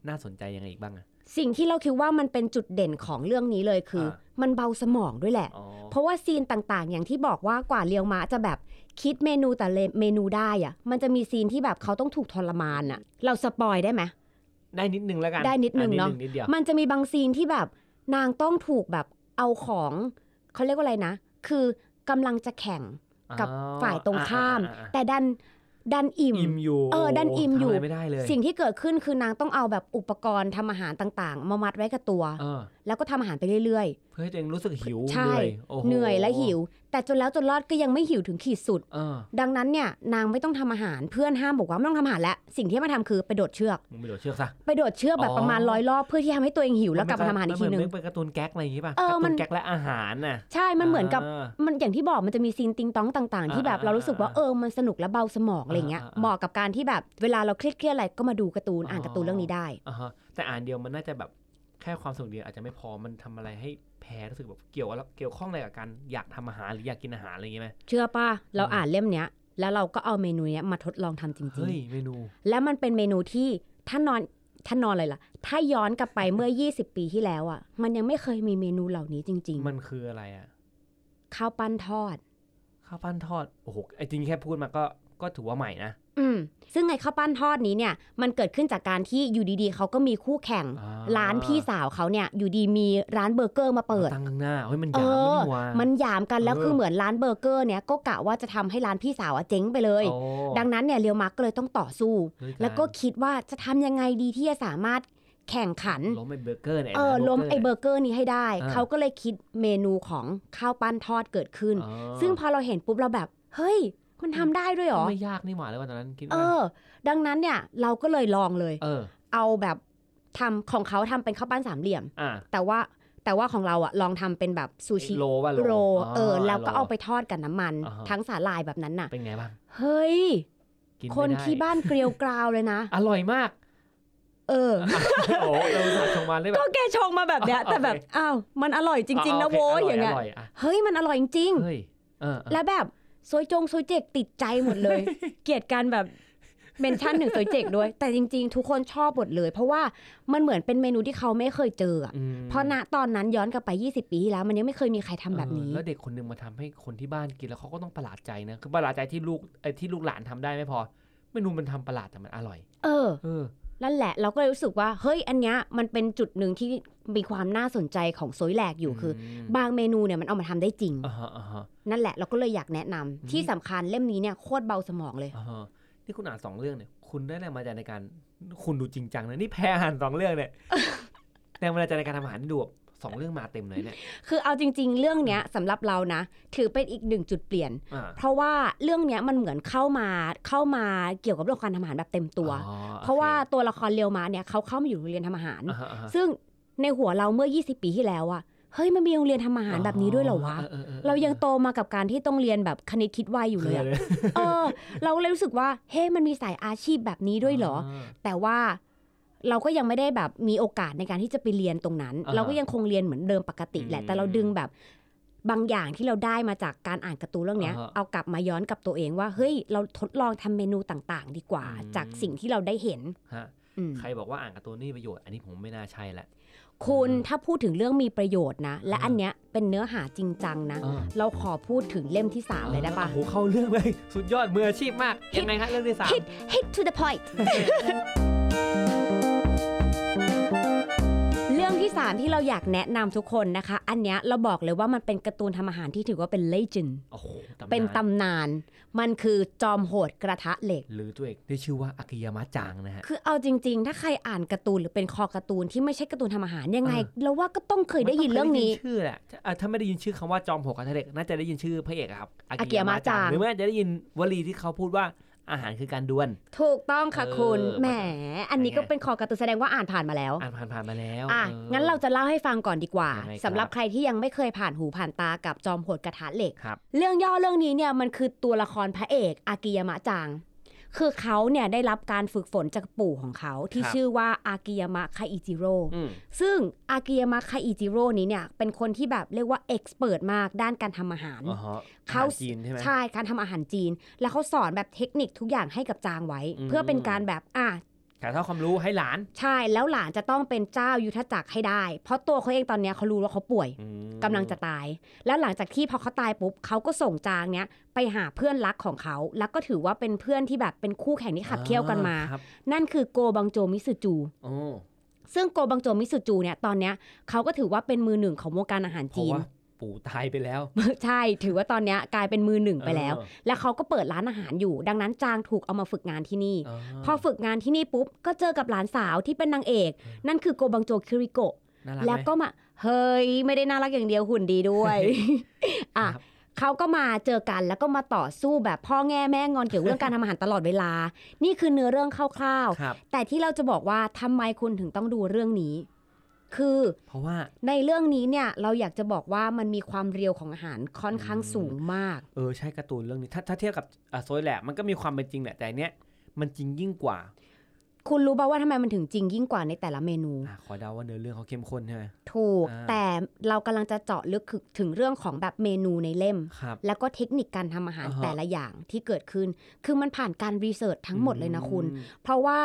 น่าสนใจยังไงอีกบ้างอะ สิ่งที่เราคิดว่ามันเป็นจุดเด่นของเรื่องนี้เลยคือ อ่า มันเบาสมองด้วยแหละ อ๋อ เพราะว่าซีนต่างๆ อย่างที่บอกว่ากว่าเลียวมะจะแบบคิดเมนูแต่ละเมนูได้อะมันจะมีซีนที่แบบเขาต้องถูกทรมานอะเราสปอยได้ไหม ได้นิดนึงแล้วกัน ได้นิดนึง อ่ เนอะ นิดเดียว มันจะมีบางซีนที่แบบนางต้องถูกแบบเอาของเขาเรียกว่าอะไรนะ คือกำลังจะแข่งกับ อ๋อ ฝ่ายตรงข้าม อ่อ่อ่อ่ แต่ดันดันอิ่ อิ่มอยู่ เออดันอิ่มอยู่ ทำะไรไม่ได้เลย สิ่งที่เกิดขึ้นคือนางต้องเอาแบบอุปกรณ์ทำอาหารต่างๆ มามัดไว้กับตัว เออ แล้วก็ทำอาหารไปเรื่อย เพื่อให้ตัวเองรู้สึกหิว ใช่ เหนื่อยโโ ๆ เหนื่อยและหิว แต่จนแล้วจนรอดก็ยังไม่หิวถึงขีดสุด เออ ดังนั้นเนี่ยนางไม่ต้องทำอาหารเพื่อนห้ามบอกว่าไม่ต้องทำอาหารแล้วสิ่งที่มาทำคือไปโดดเชือก มึงไปโดดเชือกซะ ไปโดดเชือกแบบ อ๋อ ประมาณร้อยรอบเพื่อที่ทำให้ตัวเองหิวแล้วกลับมาทำอาหารอีกทีหนึ่ง มัเหมือเป็นการ์ตูนแก๊กอะไรอย่างงี้ป่ะ เออ การ์ มั ตู น นแก๊กและอาหารน่ะ ใช่มันเหมือนกับ อ่า มันอย่างที่บอกมันจะมีซีนติงต้องต่างๆ ที่แบบ อ่า เรารู้สึกว่า อ่า เออมันสนุกและเบาสมองอะไรเงี้ย อ่าอ่า เหมาะกับการที่แบบเวลาเราเครียดๆอะไรก็มาดูการ์ตูน อ๋ออ่ อ่านการ์ตูนเรื่องนี้ได้ อ่าฮะแต่อ่านเดียวมันน่าจะแบบแค่ความสนุกเดียวอาจจะไม่พอมันทำอะไรให้แพ้รู้สึกแบบเกี่ยวอะไรเกี่ยวข้องอะไรกับการอยากทำอาหารหรืออยากกินอาหารอะไรอย่างงี้ไหม เชื่อป่ะเรา อืม อ่านเล่มเนี้ยแล้วเราก็เอาเมนูเนี้ยมาทดลองทำจริง เฮ้ยเมนู ๆ แล้วมันเป็นเมนูที่ถ้านอนถ้านอนเลยล่ะ ถ้าย้อนกลับไป <laughs> เมื่อ 20 ปีที่แล้วอ่ะมันยังไม่เคยมีเมนูเหล่านี้จริง มันคืออะไรอ่ะ ๆ ข้าวปั้นทอด ข้าวปั้นทอดโอ้โหไอ้จริงแค่พูดมาก็ก็ถือว่าใหม่นะ อืมซึ่งไอ้ข้าวปั้นทอดนี้เนี่ยมันเกิดขึ้นจากการที่อยู่ดีๆเขาก็มีคู่แข่ง อ่ ร้านพี่สาวเขาเนี่ยอยู่ดีมีร้านเบอร์เกอร์มาเปิด ตั้งข้างหน้าเฮ้ยมัเอยนาว อ มันหัว มันหยามกันแล้ว เออ คือเหมือนร้านเบอร์เกอร์เนี่ยก็กะว่าจะทำให้ร้านพี่สาวอะเจ๊งไปเลย โอ้ ดังนั้นเนี่ยเรียวมาร์กก็เลยต้องต่อสู้ ด้วยาร แล้วก็คิดว่าจะทำยังไงดีที่จะสามารถแข่งขัน ล้มไอ้เบอร์เกอร์เนี่ย เออล้มไอ้เบ ก อร์เกอร์นี้ให้ได้ อ่า เขาก็เลยคิดเมนูของข้าวปั้นทอดเกิดขึ้น นี่ยอ๋อ ซึ่งพอเราเห็นปุ๊บเราแบบ เฮ้ย มันทำได้ด้วยเหรอ ไม่ยากนี่หว่าเลยว่าตอนนั้นคิด เอ ว่า อ ดังนั้นเนี่ยเราก็เลยลองเลย เออ เอาแบบทำของเขาทำเป็นข้าวปั้นสามเหลี่ยม อ่ะ แต่ว่าแต่ว่าของเราอะลองทำเป็นแบบซูชิ โลว่าโล โรเออ แล้วก็เอา โ ไปทอดกับน้ำมัน อ่าฮะ ทั้งสาลายแบบนั้นน่ะ เป็นไงบ้าง เฮ้ย กิน คน ไม่ได้ ที่บ้านเกลียวกราวเลยนะ อร่อยมาก เออ โอ้โหเราอุตสั่งชงมาเลยแบ ก็ บ แกชงมาแบบเนี้ย แต่แบบ โอเค อ้าว มันอร่อยจริง ๆ นะ โค โว้ยอย่าง ร่ เงี้ย ร่อ่ะ เฮ้ย มันอร่อยจริง เฮ้ยเออเออ ๆ แล้วแบบซอยจงซอยเจกติดใจหมดเลย <laughs> เกลียดการแบบเมนชั่นหนึ่งซอยเจกด้วย แต่จริง ๆ ทุกคนชอบหมดเลย เพราะว่ามันเหมือนเป็นเมนูที่เขาไม่เคยเจออะ ม เพราะณตอนนั้นย้อนกลับไป 20 ปีที่แล้ว มันยังไม่เคยมีใครทำแบบนี้ เออแล้วเด็กคนหนึ่งมาทำให้คนที่บ้านกินแล้วเขาก็ต้องประหลาดใจนะคือประหลาดใจที่ลูกไอ้ที่ลูกหลานทำได้ไม่พอไม่รู้มันทำประหลาดแต่มันอร่อย เออ เออ นั่นแหละเราก็เลยรู้สึกว่าเฮ้ยอันเนี้ยมันเป็นจุดหนึ่งที่มีความน่าสนใจของโซยแหลกอยู่คือ บางเมนูเนี่ยมันเอามาทำได้จริง อ่าฮะอ่าฮะ นั่นแหละเราก็เลยอยากแนะนำ ม ที่สำคัญเล่มนี้เนี่ยโคตรเบาสมองเลย อ่าฮะนี่คุณอ่านสองเรื่องเนี่ย คุณได้แรงบันดาลใจในการคุณดูจริงจังนะนี่แพ้อ่านสองเรื่องเนี่ย <laughs> แรงบันดาลใจในการทำอาหารที่ดูแบบสองเรื่องมาเต็มเลยเนี่ย คือเอาจริง ๆ เรื่องเนี้ยสำหรับเรานะ ถือเป็นอีกหนึ่งจุดเปลี่ยน อ่า เพราะว่าเรื่องเนี้ยมันเหมือนเข้ามาเข้ามาเกี่ยวกับเรื่องการทำอาหารแบบเต็มตัว อ๋อโอค เพราะว่าตัวละครเรียวมาเนี่ยเขาเข้ามาอยู่โรงเรียนทำอาหาร อ่าฮะอ่าฮะ ซึ่งในหัวเราเมื่อ 20 ปีที่แล้วอะเฮ้ยมันมีโรงเรียนทำอาหารแบบนี้ด้วยเหรอวะ ออออออ เรายังโตมากับการที่ต้องเรียนแบบคณิตคิดไวอยู่เลยอะ คย เออ เราเลยรู้สึกว่า เฮ้ยมันมีสายอาชีพแบบนี้ด้วยเหรอ า แต่ว่าเราก็ยังไม่ได้แบบมีโอกาสในการที่จะไปเรียนตรงนั้น อ่าฮะ เราก็ยังคงเรียนเหมือนเดิมปกติแหละ อืม แต่เราดึงแบบบางอย่างที่เราได้มาจากการอ่านการ์ตูนเรื่องเนี้ย อ่าฮะ เอากลับมาย้อนกับตัวเองว่า เฮ้ย เราทดลองทำเมนูต่างๆ ดีกว่า อืม จากสิ่งที่เราได้เห็น ฮะ อืม ใครบอกว่าอ่านการ์ตูนนี่ประโยชน์อันนี้ผมไม่น่าใช่ละ คุณถ้าพูดถึงเรื่องมีประโยชน์นะ และอันเนี้ยเป็นเนื้อหาจริงจังนะ อ่า เราขอพูดถึงเล่มที่สามเลยได้ปะ โอ้โหเข้าเรื่องเลย สุดยอดมืออาชีพมากยังไงฮะเรื่องที่สาม hit to the point <laughs> เรื่องที่ ที่สามที่เราอยากแนะนำทุกคนนะคะ อันเนี้ยเราบอกเลยว่ามันเป็นการ์ตูนทำอาหารที่ถือว่าเป็น legend โอ้โหตำา เป็น นาน ตำนาน มันคือจอมโหดกระทะเหล็ก หรือตัวเอกที่ชื่อว่าอากิยามะจังนะฮะ คือเอาจริง ๆ ถ้าใครอ่านการ์ตูนหรือเป็นคอการ์ตูนที่ไม่ใช่การ์ตูนทำอาหารยังไง เออ เราว่าก็ต้องเคยได้ยินเรื่องนี้ มัต้เคยได้ยิชื่อแหละอ่ะถ้าไม่ได้ยินชื่อคำว่าจอมโหดกระทะเหล็กน่าจะได้ยินชื่อพระเอกอะครับ อากิยามะจัง หรือไม่อาจจะได้ยินวลีที่เขาพูดว่าอาหารคือการดวล ถูกต้องค่ะ เออ คุณ มัน แหม อันนี้ก็ ไง เป็นคอการ์ตูนแสดงว่าอ่านผ่านมาแล้ว อ่านผ่านผ่านๆมาแล้ว อ่ะ ออ งั้นเราจะเล่าให้ฟังก่อนดีกว่า ยังไงครับ สำหรับใครที่ยังไม่เคยผ่านหูผ่านตากับจอมโหดกระทะเหล็ก ครับ เรื่องย่อเรื่องนี้เนี่ยมันคือตัวละครพระเอกอากิยามะจัง คือเขาเนี่ยได้รับการฝึกฝนจากปู่ของเขาที่ ครับ ชื่อว่าอากิยามะคาอิจิโร่ อืม ซึ่งอากิยามะคาอิจิโร่นี้เนี่ยเป็นคนที่แบบเรียกว่าเอ็กซ์เมากด้านการทำอาหาร อ๋อฮะ เขา อหรจีนใช่ไหม ใช่การทำอาหารจีน แล้วเขาสอนแบบเทคนิคทุกอย่างให้กับจางไว้ อืม เพื่อเป็นการแบบอ่ะ ถ่ายทอดความรู้ให้หลาน ใช่แล้วหลานจะต้องเป็นเจ้ายุทธจักรให้ได้ เพราะตัวเขาเองตอนเนี้ยเขารู้ว่าเขาป่วย อืม กำลังจะตาย แล้วหลังจากที่พอเขาตายปุ๊บเขาก็ส่งจางเนี้ยไปหาเพื่อนรักของเขา แล้วก็ถือว่าเป็นเพื่อนที่แบบเป็นคู่แข่งที่ขับเคี่ยวกันมา อ่ครับ นั่นคือโกบังโจมิสึจู โอ้ ซึ่งโกบังโจมิสึจูเนี่ยตอนเนี้ยเขาก็ถือว่าเป็นมือหนึ่งของวงการอาหาร เพราะ จีน ว่า ปู่ตายไปแล้ว <laughs> ใช่ ถือว่าตอนเนี้ยกลายเป็นมือหนึ่งไปแล้ว เออ แล้วเขาก็เปิดร้านอาหารอยู่ ดังนั้นจางถูกเอามาฝึกงานที่นี่ เ พอฝึกงานที่นี่ปุ๊บก็เจอกับหลานสาวที่เป็นนางเอก นั่นคือโกบังโจคิริโกะ น่ารัไหม แล้วก็มา เฮ้ย ไม่ได้น่ารักอย่างเดียวหุ่นดีด้วย อ่ะ ครับ เขาก็มาเจอกันแล้วก็มาต่อสู้แบบพ่อแง่แม่งอนเกี่ยวกับเรื่องการทำอาหารตลอดเวลา นี่คือเนื้อเรื่องคร่าว ครับ ๆ แต่ที่เราจะบอกว่าทำไมคุณถึงต้องดูเรื่องนี้ คือ เพราะว่า ในเรื่องนี้เนี่ยเราอยากจะบอกว่ามันมีความเรียวของอาหารค่อนข้าง อืม สูงมาก เออใช่การ์ตูนเรื่องนี้ถ้าถ้าเทียบกับอ่ะโซยแหละมันก็มีความเป็นจริงแหละแต่อันเนี้ยมันจริงยิ่งกว่า คุณรู้ป่าวว่าทำไมมันถึงจริงยิ่งกว่าในแต่ละเมนู อ่ะขอเดาว่าเนื้อเรื่องเขาเข้มข้นใช่ไหม ถูก อ่า แต่เรากำลังจะเจาะลึกถึงเรื่องของแบบเมนูในเล่ม ครับ แล้วก็เทคนิคการทำอาหาร อ่าฮะ แต่ละอย่างที่เกิดขึ้น คือมันผ่านการรีเสิร์ชทั้งหมดเลยนะคุณ อืม เพราะว่า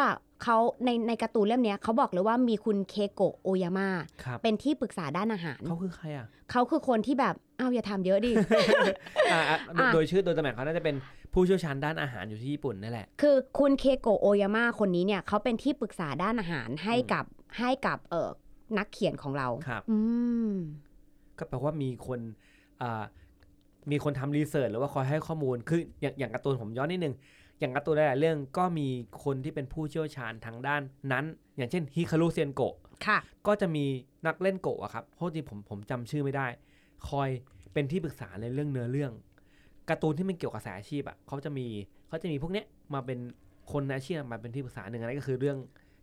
เขาในในการ์ตูนเล่มเนี้ยเขาบอกเลยว่ามีคุณเคโกะโอยาม่า ครับ เป็นที่ปรึกษาด้านอาหาร เขาคือใครอ่ะ เขาคือคนที่แบบ อ้าวอย่าทำเยอะดิ <laughs> อ่ะอ่ะโดย อ่ะ โดยชื่อโดยตำแหน่งเขาน่าจะเป็นผู้เชี่ยวชาญด้านอาหารอยู่ที่ญี่ปุ่นนั่นแหละ คือคุณเคโกะโอยาม่าคนนี้เนี่ยเขาเป็นที่ปรึกษาด้านอาหารให้กับให้กับเออนักเขียนของเรา ครับ อืม ก็แปลว่ามีคนอ่ามีคนทำรีเสิร์ชหรือว่าคอยให้ข้อมูล คืออย่างอย่างการ์ตูนผมย้อนนิดนึง อย่างการ์ตูนหลายๆเรื่องก็มีคนที่เป็นผู้เชี่ยวชาญทางด้านนั้น อย่างเช่นฮิคารุเซียนโกะ ค่ะ ก็จะมีนักเล่นโกะอะครับโทษทีผมผมจำชื่อไม่ได้ คอยเป็นที่ปรึกษาในเรื่องเนื้อเรื่องการ์ตูนที่มันเกี่ยวกับสายอาชีพอะเขาจะมีเขาจะมีพวกเนี้ยมาเป็นคนอาชีพมาเป็นที่ปรึกษาหนึ่งอันนั้นก็คือเรื่อง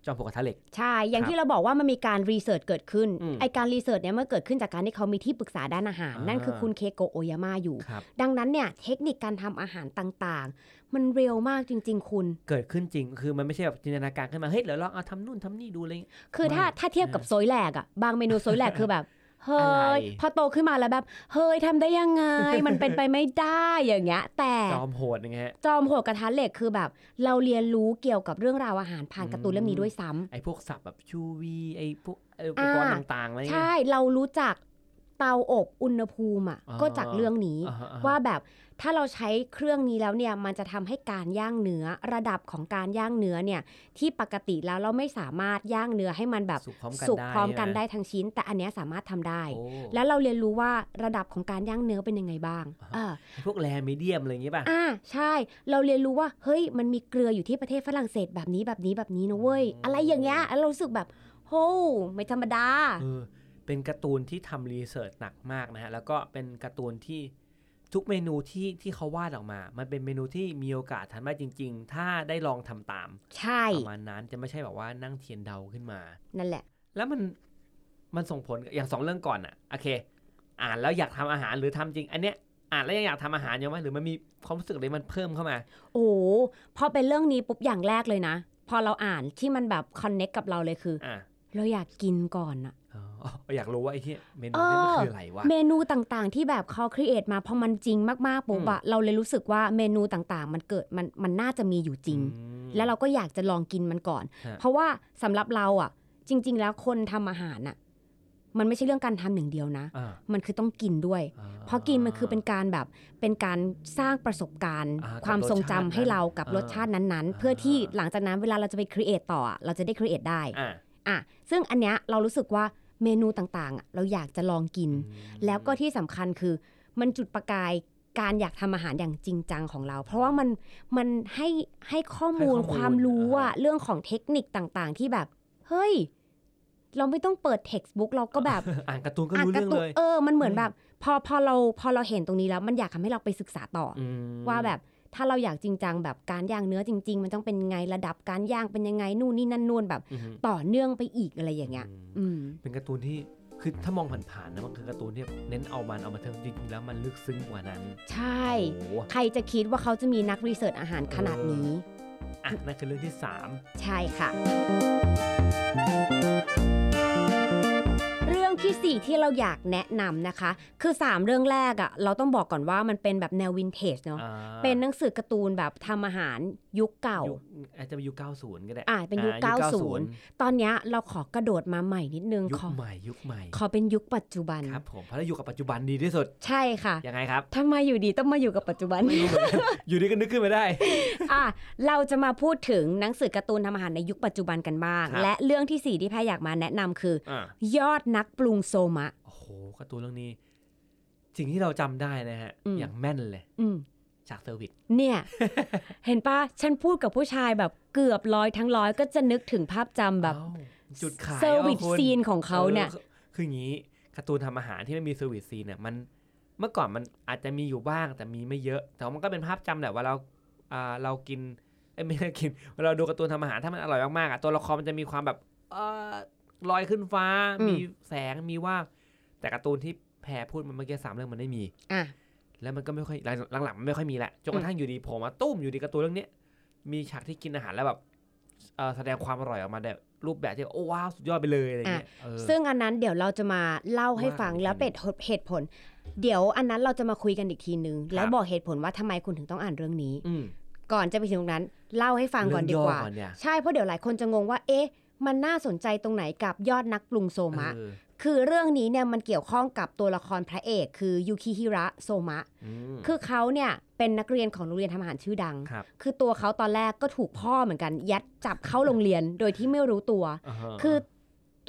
จอมปลวกกระทะเหล็ก ใช่ อย่า ค ง รับ ที่เราบอกว่ามันมีการรีเสิร์ชเกิดขึ้น อืม ไอการรีเสิร์ชเนี่ยมันเกิดขึ้นจากการที่เขามีที่ปรึกษาด้านอาหาร อ่านั่ นั่นคือคุณเคโกะโอยาม่าอยู่ ครับ ดังนั้นเนี่ยเทคนิคการทำอาหารต่างๆ มันเร็วมากจริง ๆ คุณ เกิดขึ้นจริงคือมันไม่ใช่แบบจินตนาการขึ้นมาเฮ้ยเดี๋ยวลองเอาทำนู่นทำนี่ดูอะไรอย่างเงี้ย คือถ้า ไม่ ถ้าเทียบกับโซยแหลกอะบางเม <laughs> นูโซยแหลกคือแบบ เฮ้ อะไร ย พอโตขึ้นมาแล้วแบบ เฮ้ยทำได้ยังไง มันเป็นไปไม่ได้อย่างเงี้ย แต่ จอมโหดอย่างเงี้ยฮะ จอมโหดกระทะเหล็กคือแบบ เราเรียนรู้เกี่ยวกับเรื่องราวอาหารผ่านการ์ตูนเล่มนี้ด้วยซ้ำ ไอ้พวกสับแบบชูวีไอ้พวกไอ้อุปกรณ์ อ่า ต่างๆอะไรอย่างเงี้ ใช่ ย เรารู้จักเตาอบอุณหภูมิอะ อ๋อ ก็จากเรื่องนี้ อ่ฮะอ่ฮะ ว่าแบบถ้าเราใช้เครื่องนี้แล้วเนี่ยมันจะทำให้การย่างเนื้อระดับของการย่างเนื้อเนี่ยที่ปกติแล้วเราไม่สามารถย่างเนื้อให้มันแบบ สุกพร้อมกัน สุกพร้อมกัน ใช่ห ได้ทั้งชิ้น แต่อันเนี้ยสามารถทำได้ โอ้ แล้วเราเรียนรู้ว่าระดับของการย่างเนื้อเป็นยังไงบ้างเออ ไอ้พวกแรมีเดียมอะไรอย่างเงี้ยป่ะ อ่าใช่ เราเรียนรู้ว่าเฮ้ยมันมีเกลืออยู่ที่ประเทศฝรั่งเศสแบบนี้แบบนี้แบบนี้นะเว้ย อืม อะไรอย่างเงี้ยแล้วเรารู้สึกแบบโหไม่ธรรมดา เออเป็นการ์ตูนที่ทำรีเสิร์ชหนักมากนะฮะ แล้วก็เป็นการ์ตูนที่ทุกเมนูที่ที่เขาวาดออกมา มันเป็นเมนูที่มีโอกาสทำได้จริง ๆ ถ้าได้ลองทำตาม ใช่ ประมาณนั้นจะไม่ใช่แบบว่านั่งเทียนเดาขึ้นมา นั่นแหละ แล้วมันมันส่งผลกับอย่างสองเรื่องก่อนอะโอเค อ่านแล้วอยากทำอาหารหรือทำจริง อันเนี้ยอ่านแล้วยังอยากทำอาหารอยู่ไหมหรือมันมีความรู้สึกอะไรมันเพิ่มเข้ามา โอ้โหพอเป็นเรื่องนี้ปุ๊บอย่างแรกเลยนะ พอเราอ่านที่มันแบบคอนเน็กกับเราเลยคือ อ่ะ เราอยากกินก่อนอะ อ๋ออยากรู้ว่าไอ้ที่เมนู เออ นี้มันคืออะไรวะ เมนูต่างๆที่แบบเขาครีเอทมาพอมันจริงมากๆปุ๊บอะเราเลยรู้สึกว่าเมนูต่างๆ มันเกิดมันมันน่าจะมีอยู่จริง แล้วเราก็อยากจะลองกินมันก่อน ฮะ เพราะว่าสำหรับเราอะจริง ๆ แล้วคนทำอาหารอะมันไม่ใช่เรื่องการทำอย่างเดียวนะ อ่ะ มันคือต้องกินด้วย อ่ เพราะกินมันคือเป็นการแบบเป็นการสร้างประสบการณ์ อ่ากับ ความทรงจำให้เรากับ ร ร ส ส ชา ชา ติ ตินั้น อ่า ๆ เพื่อที่หลังจากนั้นเวลาเราจะไปครีเอทต่อ เราจะได้ครีเอทได้ อ่ะ อ่ะซึ่งอันเนี้ยเรารู้สึกว่า เมนูต่างๆอะเราอยากจะลองกิน แล้วก็ที่สำคัญคือมันจุดประกายการอยากทำอาหารอย่างจริงจังของเรา เพราะว่ามันมันให้ให้ข้อมูล ให้ข้อมูล ความรู้อะ อ่า เรื่องของเทคนิคต่างๆ ที่แบบ เฮ้ย เราไม่ต้องเปิด textbook เราก็แบบ อ่านการ์ตูนก็รู้เรื่องเลย นกาตูนเออ มันเหมือน อืม แบบ พอพอเราพอเราเห็นตรงนี้แล้ว มันอยากทำให้เราไปศึกษาต่ออ อืม ว่าแบบถ้าเราอยากจริงจังแบบการย่างเนื้อจริง ๆ มันต้องเป็นไงระดับการย่างเป็นยังไงนู่นนี่นั่นนู่นแบบ อืม ต่อเนื่องไปอีกอะไรอย่างเงี้ย อืม เป็นการ์ตูนที่คือถ้ามองผ่านๆนะมันคือการ์ตูนที่เน้นเอามันเอามาเทิงจริงๆแล้วมันลึกซึ้งกว่านั้น ใช่ โอ้โห ใครจะคิดว่าเขาจะมีนักรีเสิร์ชอาหารขนาดนี้ อ่ะนั่นคือเรื่องที่สาม ใช่ค่ะ เรื่องที่ 4 ที่เราอยากแนะนำนะคะ คือ 3 เรื่องแรกอะ่ะ เราต้องบอกก่อนว่ามันเป็นแบบแนววินเทจเนาะ อ่า เป็นหนังสือการ์ตูนแบบทำอาหารยุคเก่า ยุคอาจจะเป็นยุค90 ก็ได้ อ่าเป็นยุค อ่ 90 ตอนเนี้ยเราขอกระโดดมาใหม่นิดนึง ยุ ข ค อ ใหม่ยุคใหม่ ขอเป็นยุคปัจจุบัน ครับผมเพราะเราอยู่กับปัจจุบันดีที่สุด ใช่ค่ะ ยังไงครับ ทำไมอยู่ดีต้องมาอยู่กับปัจจุบัน ไม่รู้เหมือนกัน <laughs> อยู่ดีก็นึกขึ้นมาได้ อ่ะเราจะมาพูดถึงหนังสือการ์ตูนทำอาหารในยุคปัจจุบันกันบ้าง ครับ และเรื่องที่ 4 ที่แพรอยากมาแนะนำคือ อ่าย อดนักปรุงโซมะ โอ้โหการ์ตูนเรื่องนี้ สิ่งที่เราจำได้นะฮะ อืม อย่างแม่นเลย อืม จากเซอร์วิส เนี่ย <laughs> เห็นปะฉันพูดกับผู้ชายแบบเกือบร้อยทั้งร้อยก็จะนึกถึงภาพจำแบบ เอ้าจุดขาย เซอร์วิส ว่าคุณ ซีนของเขาเนี่ย ออคืออย่างนี้การ์ตูนทำอาหารที่ไม่มีเซอร์วิสซีนเนี่ยมันเมื่อก่อนมันอาจจะมีอยู่บ้างแต่มีไม่เยอะ แต่ว่ามันก็เป็นภาพจำแหละว่าเราอ่าเรากินเอ้ยไม่ได้กิน <laughs> เวลาเราดูการ์ตูนทำอาหารถ้ามันอร่อยมากๆอ่ะตัวละครมันจะมีความแบบเอ่อลอยขึ้นฟ้า อืม มีแสงมีว่างแต่การ์ตูนที่แพรพูดมันเมื่อกี้สามเรื่องมันไม่มี อ่ะ แล้วมันก็ไม่ค่อยหลังหลังๆมันไม่ค่อยมีละจนกระทั่งอยู่ดีโผล่มาตุ้มอยู่ดีการ์ตูนเรื่องเนี้ยมีฉากที่กินอาหารแล้วแบบเอ่อแสดงความอร่อยออกมาแบบรูปแบบที่โอ้ว้าวสุดยอดไปเลยอะไรเงี้ยเออ ซึ่งอันนั้นเดี๋ยวเราจะมาเล่าให้ ว่า ฟัง อีกที แล้วเป็ดเหตุผล เดี๋ยวอันนั้นเราจะมาคุยกันอีกทีนึง ครับ แล้วบอกเหตุผลว่าทำไมคุณถึงต้องอ่านเรื่องนี้ อืม ก่อนจะไปถึงตรงนั้น เล่าให้ฟังก่อนดี เรื่ย่ กว่า เนี่ย ใช่เพราะเดี๋ยวหลายคนจะงงว่า เอ๊ะ มันน่าสนใจตรงไหนกับยอดนักปรุงโซมะ เออ คือเรื่องนี้เนี่ยมันเกี่ยวข้องกับตัวละครพระเอก คือยูคิฮิระโซมะ อืม คือเขาเนี่ยเป็นนักเรียนของโรงเรียนทำอาหารชื่อดัง ครับ คือตัวเขาตอนแรกก็ถูกพ่อเหมือนกัน ยัดจับเข้าโรงเรียนโดยที่ไม่รู้ตัว าฮะ คือ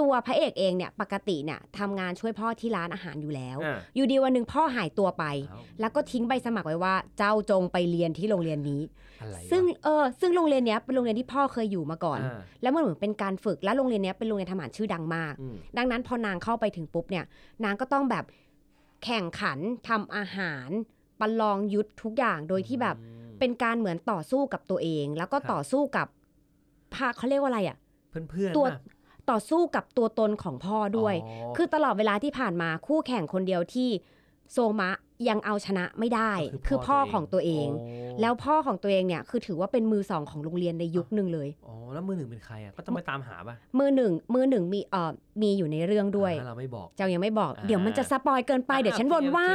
ตัวพระเอกเองเนี่ยปกติเนี่ยทำงานช่วยพ่อที่ร้านอาหารอยู่แล้ว อ่ะ อยู่ดีวันหนึ่งพ่อหายตัวไป เอ้า แล้วก็ทิ้งใบสมัครไว้ว่าเจ้าจงไปเรียนที่โรงเรียนนี้ อะไรวะ ซึ่งเออซึ่งโรงเรียนเนี้ยเป็นโรงเรียนที่พ่อเคยอยู่มาก่อน อ่า แล้วมันเหมือนเป็นการฝึกและโรงเรียนเนี้ยเป็นโรงเรียนทำอาหารชื่อดังมาก อืม ดังนั้นพอนางเข้าไปถึงปุ๊บเนี่ยนางก็ต้องแบบแข่งขันทำอาหารประลองยุทธทุกอย่างโดยที่แบบ อืม เป็นการเหมือนต่อสู้กับตัวเอง แล้วก็ ครับ ต่อสู้กับภาคเขาเรียกว่าอะไรอ่ะ เพื่อนๆ ตัว ป่ะ ต่อสู้กับตัวตนของพ่อด้วย คือตลอดเวลาที่ผ่านมาคู่แข่งคนเดียวที่โซมะยังเอาชนะไม่ได้ คือพ่อของตัวเอง โ แล้วพ่อของตัวเองเนี่ยคือถือว่าเป็นมือสองของโรงเรียนในยุคหนึ่งเลย อ๋อแล้วมือหนึ่งเป็นใครอ่ะก็ต้องไปตามหาป่ะ มือหนึ่งมือหนึ่งมีเอ่อมีอยู่ในเรื่องด้วย อ่าเราไม่บอก เจ้ายังไม่บอก อ่า เดี๋ยวมันจะสปอยเกินไป อ่า เดี๋ยวฉัน โอเค วนว่า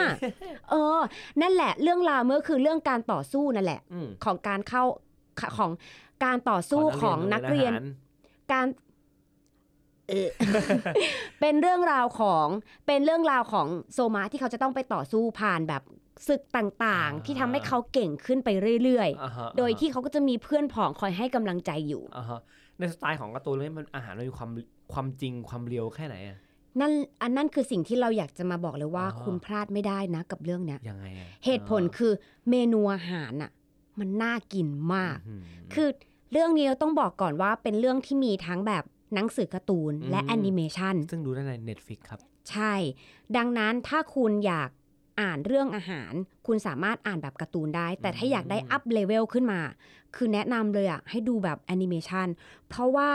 โอ เออ นั่นแหละ เรื่องราวเมื่อคือเรื่องการต่อสู้นั่นแหละ อืม ของการเข้าของการต่อสู้ของนักเรียน อาหา การ <laughs> เอ่อ เป็นเรื่องราวของเป็นเรื่องราวของโซมาที่เขาจะต้องไปต่อสู้ผ่านแบบศึกต่าง อ่า ๆ ที่ทำให้เขาเก่งขึ้นไปเรื่อย อ่าฮะ ๆ โดยที่เขาก็จะมีเพื่อนผองคอยให้กำลังใจอยู่ อ่าฮะในสไตล์ของการ์ตูนเรื่องนี้มันอาหารมันมีความความจริงความเรียวแค่ไหนอะ นั่นอันนั่นคือสิ่งที่เราอยากจะมาบอกเลยว่า อ่า คุณพลาดไม่ได้นะกับเรื่องเนี้ย ยังไงอะ เหตุผลคือเมนูอาหารน่ะมันน่ากินมาก อื้อหือ คือเรื่องนี้เราต้องบอกก่อนว่าเป็นเรื่องที่มีทั้งแบบหนังสือการ์ตูนและ อืม แอนิเมชัน ซึ่งดูได้ใน Netflix ครับ ใช่ ดังนั้นถ้าคุณอยากอ่านเรื่องอาหาร คุณสามารถอ่านแบบการ์ตูนได้ แต่ถ้าอยากได้อัพเลเวลขึ้นมา คือแนะนำเลยอ่ะ ให้ดูแบบแอนิเมชันเพราะว่า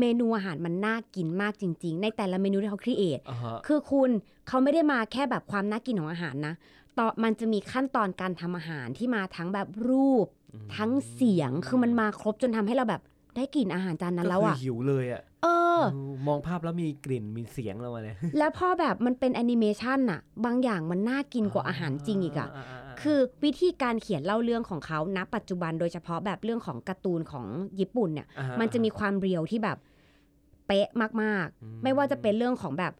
เมนูอาหารมันน่ากินมากจริง ๆ ในแต่ละเมนูที่เขาครีเอท อ่าฮะ คือคุณเขาไม่ได้มาแค่แบบความน่ากินของอาหารนะ ต่อมันจะมีขั้นตอนการทำอาหารที่มาทั้งแบบรูป อืม ทั้งเสียง คือมันมาครบจนทำให้เราแบบได้กลิ่นอาหารจานนั้นแล้ว ก็ อ่ะ คืหิวเลยอะ เออ มองภาพแล้วมีกลิ่นมีเสียงแล้วมาเลย แล้วพอแบบมันเป็นแอนิเมชันน่ะ บางอย่างมันน่ากินกว่าอาหารจริงอีกอะ า คือวิธีการเขียนเล่าเรื่องของเขาณปัจจุบันโดยเฉพาะแบบเรื่องของการ์ตูนของญี่ปุ่นเนี่ย อ่าฮ มันจะมีความเรียวที่แบบเป๊ะมาก อื ๆ ไม่ว่าจะเป็นเรื่องของแบบ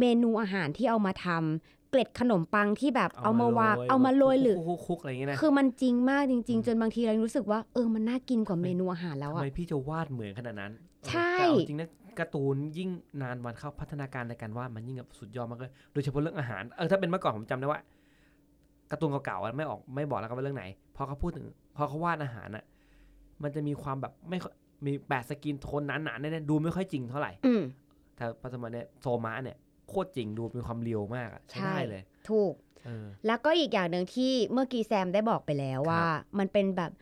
เมนูอาหารที่เอามาทำ เกล็ดขนมปังที่แบบเอามาวางเอามาโรยหรือ คุกๆคุกๆอะไรอย่างเงี้ยนะ คือมันจริงมากจริง อืม ๆ จนบางทีเรารู้สึกว่าเออมันน่ากินกว่าเมนูอาหารแล้ว ทำ อะ ไมพี่จะวาดเหมือนขนาดนั้น ใช่ แต่เอาจริงนะการ์ตูนยิ่งนานวันเข้าพัฒนาการในการวาดมันยิ่งแบบสุดยอดมากเลยโดยเฉพาะเรื่องอาหารเออถ้าเป็นเมื่อก่อนผมจำได้ว่าการ์ตูนเก่าๆอะไม่ออกไม่บอกแล้วกันว่าเรื่องไหนพอเขาพูดถึงพอเขาวาดอาหารอะมันจะมีความแบบไม่ค่อยมีแปดสกินโทนหนาๆแน่ๆดูไม่ค่อยจริงเท่าไหร่ อืม แต่ปัจจุบันเนี่ยโซมาเนี่ยโคตรจริงดูมีความเรียวมากอะใช้ ใช่ ได้เลย ถูก เออ แล้วก็อีกอย่างหนึ่งที่เมื่อกี้แซมได้บอกไปแล้ว ครับ ว่า มันเป็นแบบ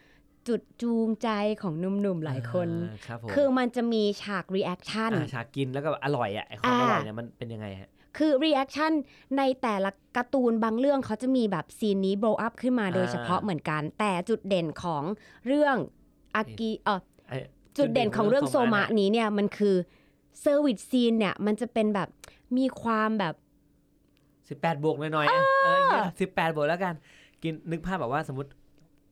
จุดจูงใจของหนุ่มๆหลายคน อ่ครับผม คือมันจะมีฉาก reaction อ่าฉากกินแล้วก็แบบอร่อยอะไอความอร่อยเนี่ยมันเป็นยังไงฮะ คือ reaction ในแต่ละการ์ตูนบางเรื่องเขาจะมีแบบซีนนี้ blow up ขึ้นมาโดยเฉพาะ อ่า เหมือนกัน แต่จุดเด่นของเรื่องอากิเออ ไอ้ จุดเด่นของเรื่อง จุ โซ ดเด่นของเรื่อง มะ โซมะ นี้เนี่ยมันคือเซอร์วิสซีนเนี่ยมันจะเป็นแบบมีความแบบ สิบแปดบวกหน่อยๆอะเออสิบแปดบวกแล้วกัน กินนึกภาพแบบว่าสมมติ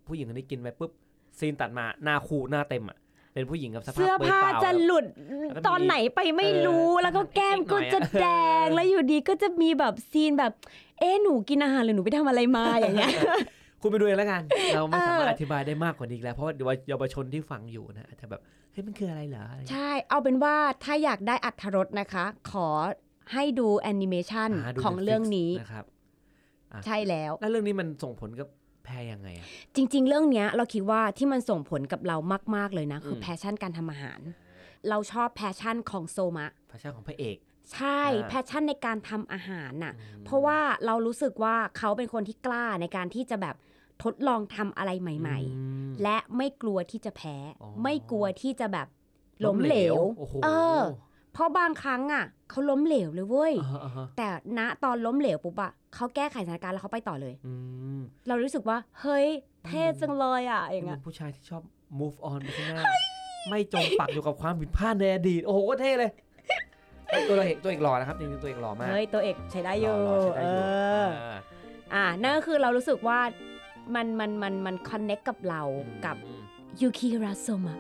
ผู้หญิงคนนี้กินไปปุ๊บซีนตัดมาหน้าคูหน้าเต็มอ่ะเป็นผู้หญิงกับสภาพ เสื้อ ปย ผ้า ปล่ จะ แบบ หลุด แล้วก็มี ตอนไหนไปไม่รู้ เออ แล้วก็แก้มก็จะ เออ แดงแล้วอยู่ดีก็จะมีแบบซีนแบบเอ๊ะหนูกินอาหารหรือหนูไปทำอะไรมาอย่า <laughs> งเงี้ย คุณไปดูเองแล้วกัน เราไม่ เออ สามารถอธิบายได้มากกว่านี้อีกแล้ว เพราะว่าเดี๋ยวเยาวชนที่ฟังอยู่นะอาจจะแบบเฮ้ยมันคืออะไรเหรออะไรอย่างเงี้ย ใช่ เอาเป็นว่าถ้าอยากได้อัธรสนะคะ ขอให้ดูแอนิเมชัน หาดู ของ Netflix เรื่องนี้ นะครับ ะ ใช่แล้ว แล้วเรื่องนี้มันส่งผลกับแพรยังไงอ่ะ จริง ๆ เรื่องเนี้ยเราคิดว่าที่มันส่งผลกับเรามาก ๆ เลยนะ คือ ม แพชชั่นการทำอาหาร เราชอบแพชชั่นของโซมะ พระเจ้าของพระเอก ใช่ อ่า แพชชั่นในการทำอาหารน่ะ อืม เพราะว่าเรารู้สึกว่าเขาเป็นคนที่กล้าในการที่จะแบบทดลองทำอะไรใหม่ อืม ๆ และไม่กลัวที่จะแพ้ อ๋อ ไม่กลัวที่จะแบบล้มเหลว โอ้โห เออ เพราะบางครั้งอ่ะเขาล้มเหลวเลยเว้ย อ่าฮะอ่าฮะ แต่ณตอนล้มเหลวปุ๊บอะเขาแก้ไขสถานการณ์แล้วเขาไปต่อเลย อืม เรารู้สึกว่า เฮ้ย เท่จังเลยอะอย่าง เป็ เงี้ย นผู้ชายที่ชอบ move on ไปข้างหน้า ไม่จมปักอยู่กับความผิดพลาดในอดีต โอ้โหก็เท่เลยเฮ้ยตัวเอกตัวเอกหล่อนะครับจริงๆตัวเอกหล่อมาก เฮ้ย ตัวเอกใช้ได้อยู่ หล่อๆใช้ได้ เอ อยู่ อ อ่า อ่ะนั่นก็คือเรารู้สึกว่ามันมันมันมันคอนเน็กกับเรากับยูคิราโซมะ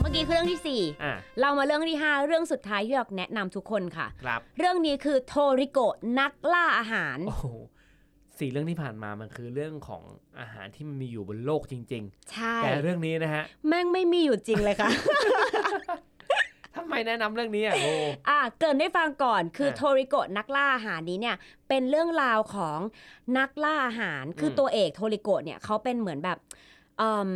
เมื่อกี้คือเรื่องที่ อ่ะ 4 เรามาเรื่องที่ 5 เรื่องสุดท้ายที่เราแนะนำทุกคนค่ะ ครับ เรื่องนี้คือโทริโกะนักล่าอาหาร โอ้โหสี่เรื่องที่ผ่านมามันคือเรื่องของอาหารที่มันมีอยู่บนโลกจริง ใช่ ๆ แต่เรื่องนี้นะฮะ แม่งไม่มีอยู่จริงเลยค่ะ ทำไมแนะนำเรื่องนี้อ่ะโอ้ <laughs> อ่ะเกรินได้ฟังก่อนคือ อ่ะ โทริโกะนักล่าอาหารนี้เนี่ยเป็นเรื่องราวของนักล่าอาหาร คืออ ม ตัวเอกโทริโกะเนี่ยเขาเป็นเหมือนแบบเอิ่ม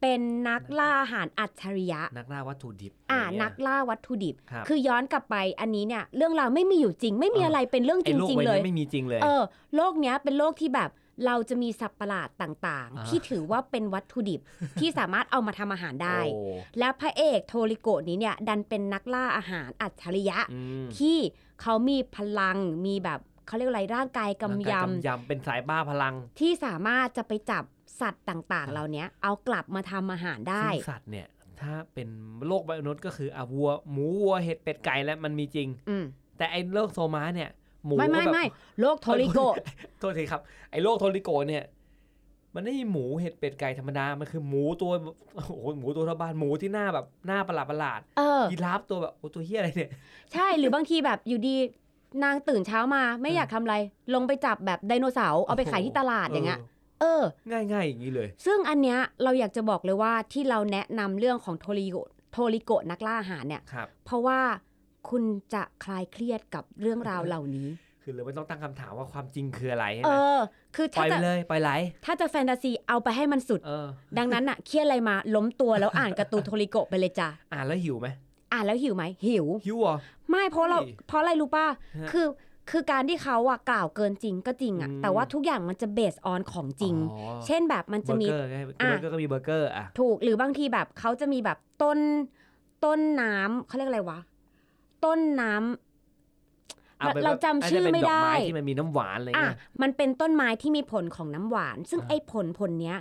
เป็นนักล่าอาหารอัจฉริยะ นักล่าวัตถุดิบ อ่า ะไรเงี้ย นักล่าวัตถุดิบ ครับ คือย้อนกลับไปอันนี้เนี่ยเรื่องราวไม่มีอยู่จริง ไม่มี เอออ อะไรเป็นเรื่อง ไอ้ จ โลก ริง ใบ ๆ เลย นี้ไม่มีจริงเลย เออโลกเนี้ยเป็นโลกที่แบบเราจะมีสัตว์ประหลาดต่าง อ่า ๆ ที่ถือว่าเป็นวัตถุดิบ <laughs> ที่สามารถเอามาทำอาหารได้ โอ้ และพระเอกโทริโกะนี้เนี่ยดันเป็นนักล่าอาหารอัจฉริยะ อืม ที่เขามีพลังมีแบบเขาเรียกอะไรร่างกายกำย กำยำเป็นสายบ้าพลัง ำที่สามารถจะไปจับสัตว์ต่างๆ เหล่านี้เอากลับมาทำอาหารได้ ซึ่งสัตว์เนี่ย ถ้าเป็นโลกใบอนุษย์ก็คืออ่ะวัวหมูวัวเห็ดเป็ดไก่แล้วมันมีจริง อืม แต่ไอ้โลกโซมาเนี่ย หมู ไม่ไม่ แบบ ไม่โลกโทริโกะ โทษทีครับ ไอ้โลกโทริโกเนี่ย มันไม่ใช่หมูเห็ดเป็ดไก่ธรรมดา มันคือหมูตัวโอ้โหหมูตัวเทาบ้านหมูที่หน้าแบบหน้าประหลาดประหลาด เออ ยีราฟตัวแบบโอ้ตัวเฮียอะไรเนี่ย ใช่หรือบางทีแบบอยู่ดีนางตื่นเช้ามาไม่อยากทำอะไร ลงไปจับแบบไดโนเสาร์เอาไปขายที่ตลาดอย่างเงี้ยเออ ง่ายง่ายๆอย่างนี้เลย ซึ่งอันเนี้ยเราอยากจะบอกเลยว่าที่เราแนะนำเรื่องของโทริโกะโทริโกะนักล่าอาหารเนี่ย ครับ เพราะว่าคุณจะคลายเครียดกับเรื่องราวเหล่านี้ คือเลยไม่ต้องตั้งคำถามว่าความจริงคืออะไรใช่ไห เอ ม อ คือ ปล่ ถ้า อยไป จะ เลยปล่อยไหล ถ้าจะแฟนตาซีเอาไปให้มันสุด เออ ดังนั้นอะเครียดอะไรมาล้มตัวแล้วอ่านการ์ตูนโทริโกะไปเลยจ้ะ อ่านแล้วหิวไหม อ่านแล้วหิวไหมหิว หิวเหรอ ไม่เพราะเรา เฮ้ย เพราะอะไรรู้ป่ะ ฮะ คือคือการที่เขาอะกล่าวเกินจริงก็จริงอะ อืม แต่ว่าทุกอย่างมันจะเบสออนของจริง อ๋อ เช่นแบบมันจะมี เบอร์เกอร์ไง อ่ะ เบอร์เกอร์ก็มีเบอร์เกอร์อ่ะ ถูกหรือบางทีแบบเขาจะมีแบบต้นต้นน้ำเขาเรียกอะไรวะ ต้นน้ำ อป็นว่ เราจำชื่อไม่ได้ าจจะเป็นดอกไม้ที่มันมีน้ำหวานอะไร อ่ะ เงี้ย มันเป็นต้นไม้ที่มีผลของน้ำหวาน ซึ่ง อ่ะ ไอ้ผลผลเนี้ย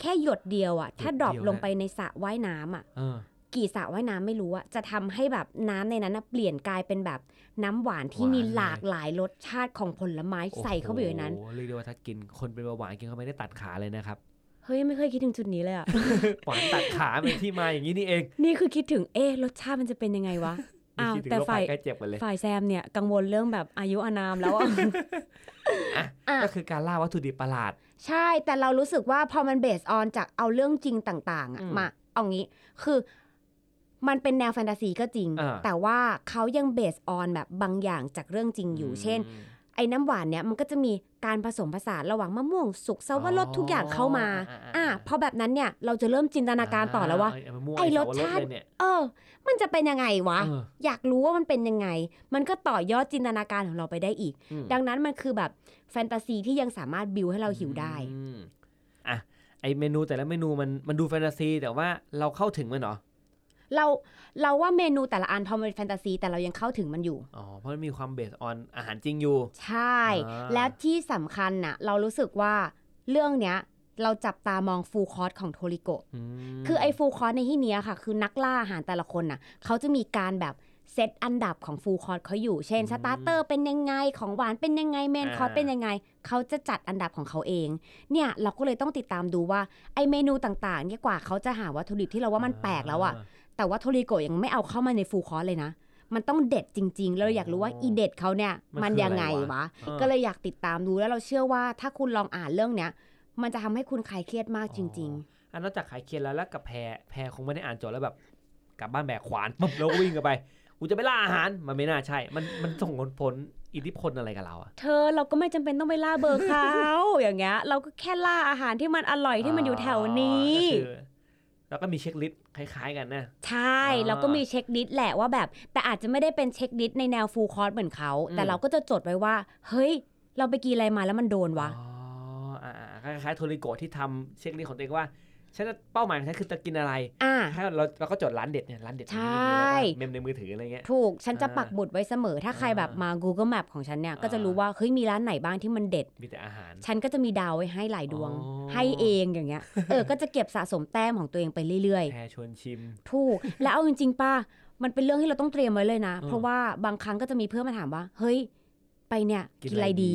แค่หยดเดียวอะถ้า หยด ดรอป เดียว ลง นะ ไปในสระว่ายน้ำอะ เออ กี่สระว่ายน้ำไม่รู้อะจะทำให้แบบน้ำในนั้นอะเปลี่ยนกลายเป็นแบบน้ำหวานที่มีหลากหลายรสชาติของผลไม้ใส่เข้าไปอยู่ในนั้น โอ้โหเรียกได้ว่าถ้ากินคนเป็นเบาหวานกินเข้าไปได้ตัดขาเลยนะครับ เฮ้ย ไม่เคยคิดถึงจุดนี้เลยอะ หวานตัดขาเป็นที่มาอย่างนี้นี่เอง <laughs> นี่คือคิดถึงเอ๊ะรสชาติมันจะเป็นยังไงวะ นี่ อ้าว คิดถึง แต่ โรค ฝ่า ภั ย ยใกล้เจ็บหมดเลย ฝ่ายแซมเนี่ยกังวลเรื่องแบบอายุอานามแล้วอะ <laughs> อ่ะ อ่ะ ก็คือการล่าวัตถุดิบประหลาด ใช่แต่เรารู้สึกว่าพอมันเบสออนจากเอาเรื่องจริงต่างๆอะ อืม มาเอางี้คือมันเป็นแนวแฟนตาซีก็จริง อ่า แต่ว่าเขายังเบสออนแบบบางอย่างจากเรื่องจริงอยู่เช่น ไอ้น้ำหวานเนี่ยมันก็จะมีการผสมผสานระหว่างมะม่วงสุกเซาวรสทุกอย่างเข้ามาอ่ะพอแบบนั้นเนี่ยเราจะเริ่มจินตนาการต่อแล้วว่า เยมะม่วง ไอ้รสชาติ สับปะดเลยเนี่ย เออ มันจะเป็นยังไงวะ เออ อยากรู้ว่ามันเป็นยังไง มันก็ต่อยอดจินตนาการของเราไปได้อีก อืม ดังนั้นมันคือแบบแฟนตาซีที่ยังสามารถบิวให้เราหิวได้ อืมอ่ะ ไอเมนูแต่ละเมนูมันมันดูแฟนตาซี แต่ว่าเราเข้าถึงมันเหรอ เราเราว่าเมนูแต่ละอันพอมันเป็นแฟนตาซี แต่เรายังเข้าถึงมันอยู่ อ๋อ เพราะมันมีความเบสออนอาหารจริงอยู่ ใช่ อ่า แล้วที่สำคัญน่ะเรารู้สึกว่าเรื่องเนี้ยเราจับตามองฟูลคอร์สของโทริโกะ อืม คือไอ้ฟูลคอร์สในที่เนี้ยค่ะ คือนักล่าอาหารแต่ละคนน่ะเขาจะมีการแบบเซตอันดับของฟูลคอร์สเขาอยู่ เช่นสตาร์เตอร์เป็นยังไงของหวานเป็นยังไงเมนคอร์สเป็นยังไง เขาจะจัดอันดับของเขาเอง เนี่ยเราก็เลยต้องติดตามดูว่าไอเมนูต่างๆเนี่ยกว่าเขาจะหาวัตถุดิบที่เราว่ามันแปลกแล้วอะแต่ว่าโทริโกะยังไม่เอาเข้ามาในฟูลคอร์สเลยนะ มันต้องเด็ดจริงๆแล้วเราอยากรู้ว่าอีเด็ดเขาเนี่ยมันยังไงวะ ออ ก็เลยอยากติดตามดูแล้วเราเชื่อว่าถ้าคุณลองอ่านเรื่องเนี้ยมันจะทำให้คุณคลายเครียดมากจริง ๆ อันนอกจากขายเคียนแล้วแล้วกับแพรแพรคงไม่ได้อ่านโจทย์แล้วแบบ กลับบ้านแบกขวาน <laughs> ปุ๊บแล้วก็วิ่งกันไป กูจะไปล่าอาหาร มันไม่น่าใช่ มันมันส่งผลผลอิทธิพลอะไรกับเราอะ เธอเราก็ไม่จำเป็นต้องไปล่าเบอร์เขา <laughs> อย่างเงี้ยเราก็แค่ล่าอาหารที่มันอร่อยที่มันอยู่แถวนี้ ก็คือแล้วก็มีเช็คลิสต์คล้ายๆกันนะ ใช่ อ่า เราก็มีเช็คลิสต์แหละว่าแบบ แต่อาจจะไม่ได้เป็นเช็คลิสต์ในแนวฟูลคอร์สเหมือนเขา อืม แต่เราก็จะจดไว้ว่า เฮ้ย เราไปกินอะไรมาแล้วมันโดนวะ อ๋ออ่าๆคล้ายๆโทริโกะที่ทำเช็คลิสต์ของตัวเองว่าฉันจะเป้าหมายของฉันคือจะกินอะไร อ่า ถ้าเราเราก็จดร้านเด็ดเนี่ยร้านเด็ด ใช่ มีอะไรบ้างเมมในมือถืออะไรเงี้ย ถูกฉันจะ อ่า ปักบุดไว้เสมอ ถ้าใครแบบมา Google Map ของฉันเนี่ย ก็จะ อ่ารู้ รู้ว่าเฮ้ยมีร้านไหนบ้างที่มันเด็ด มีแต่อาหาร ฉันก็จะมีดาวไว้ให้หลายดวง อ๋อ ให้เองอย่างเงี้ยเออก็จะเก็บสะสมแต้มของตัวเองไปเรื่อยๆ แพรชวนชิม ถู <laughs> ก แล้วเอาจริงๆป้ามันเป็นเรื่องที่เราต้องเตรียมไว้เลยนะ เออ เพราะว่าบางครั้งก็จะมีเพื่อนมาถามว่า เฮ้ย ไปเนี่ย กิ กิ น นอะไร อะไรดี ดี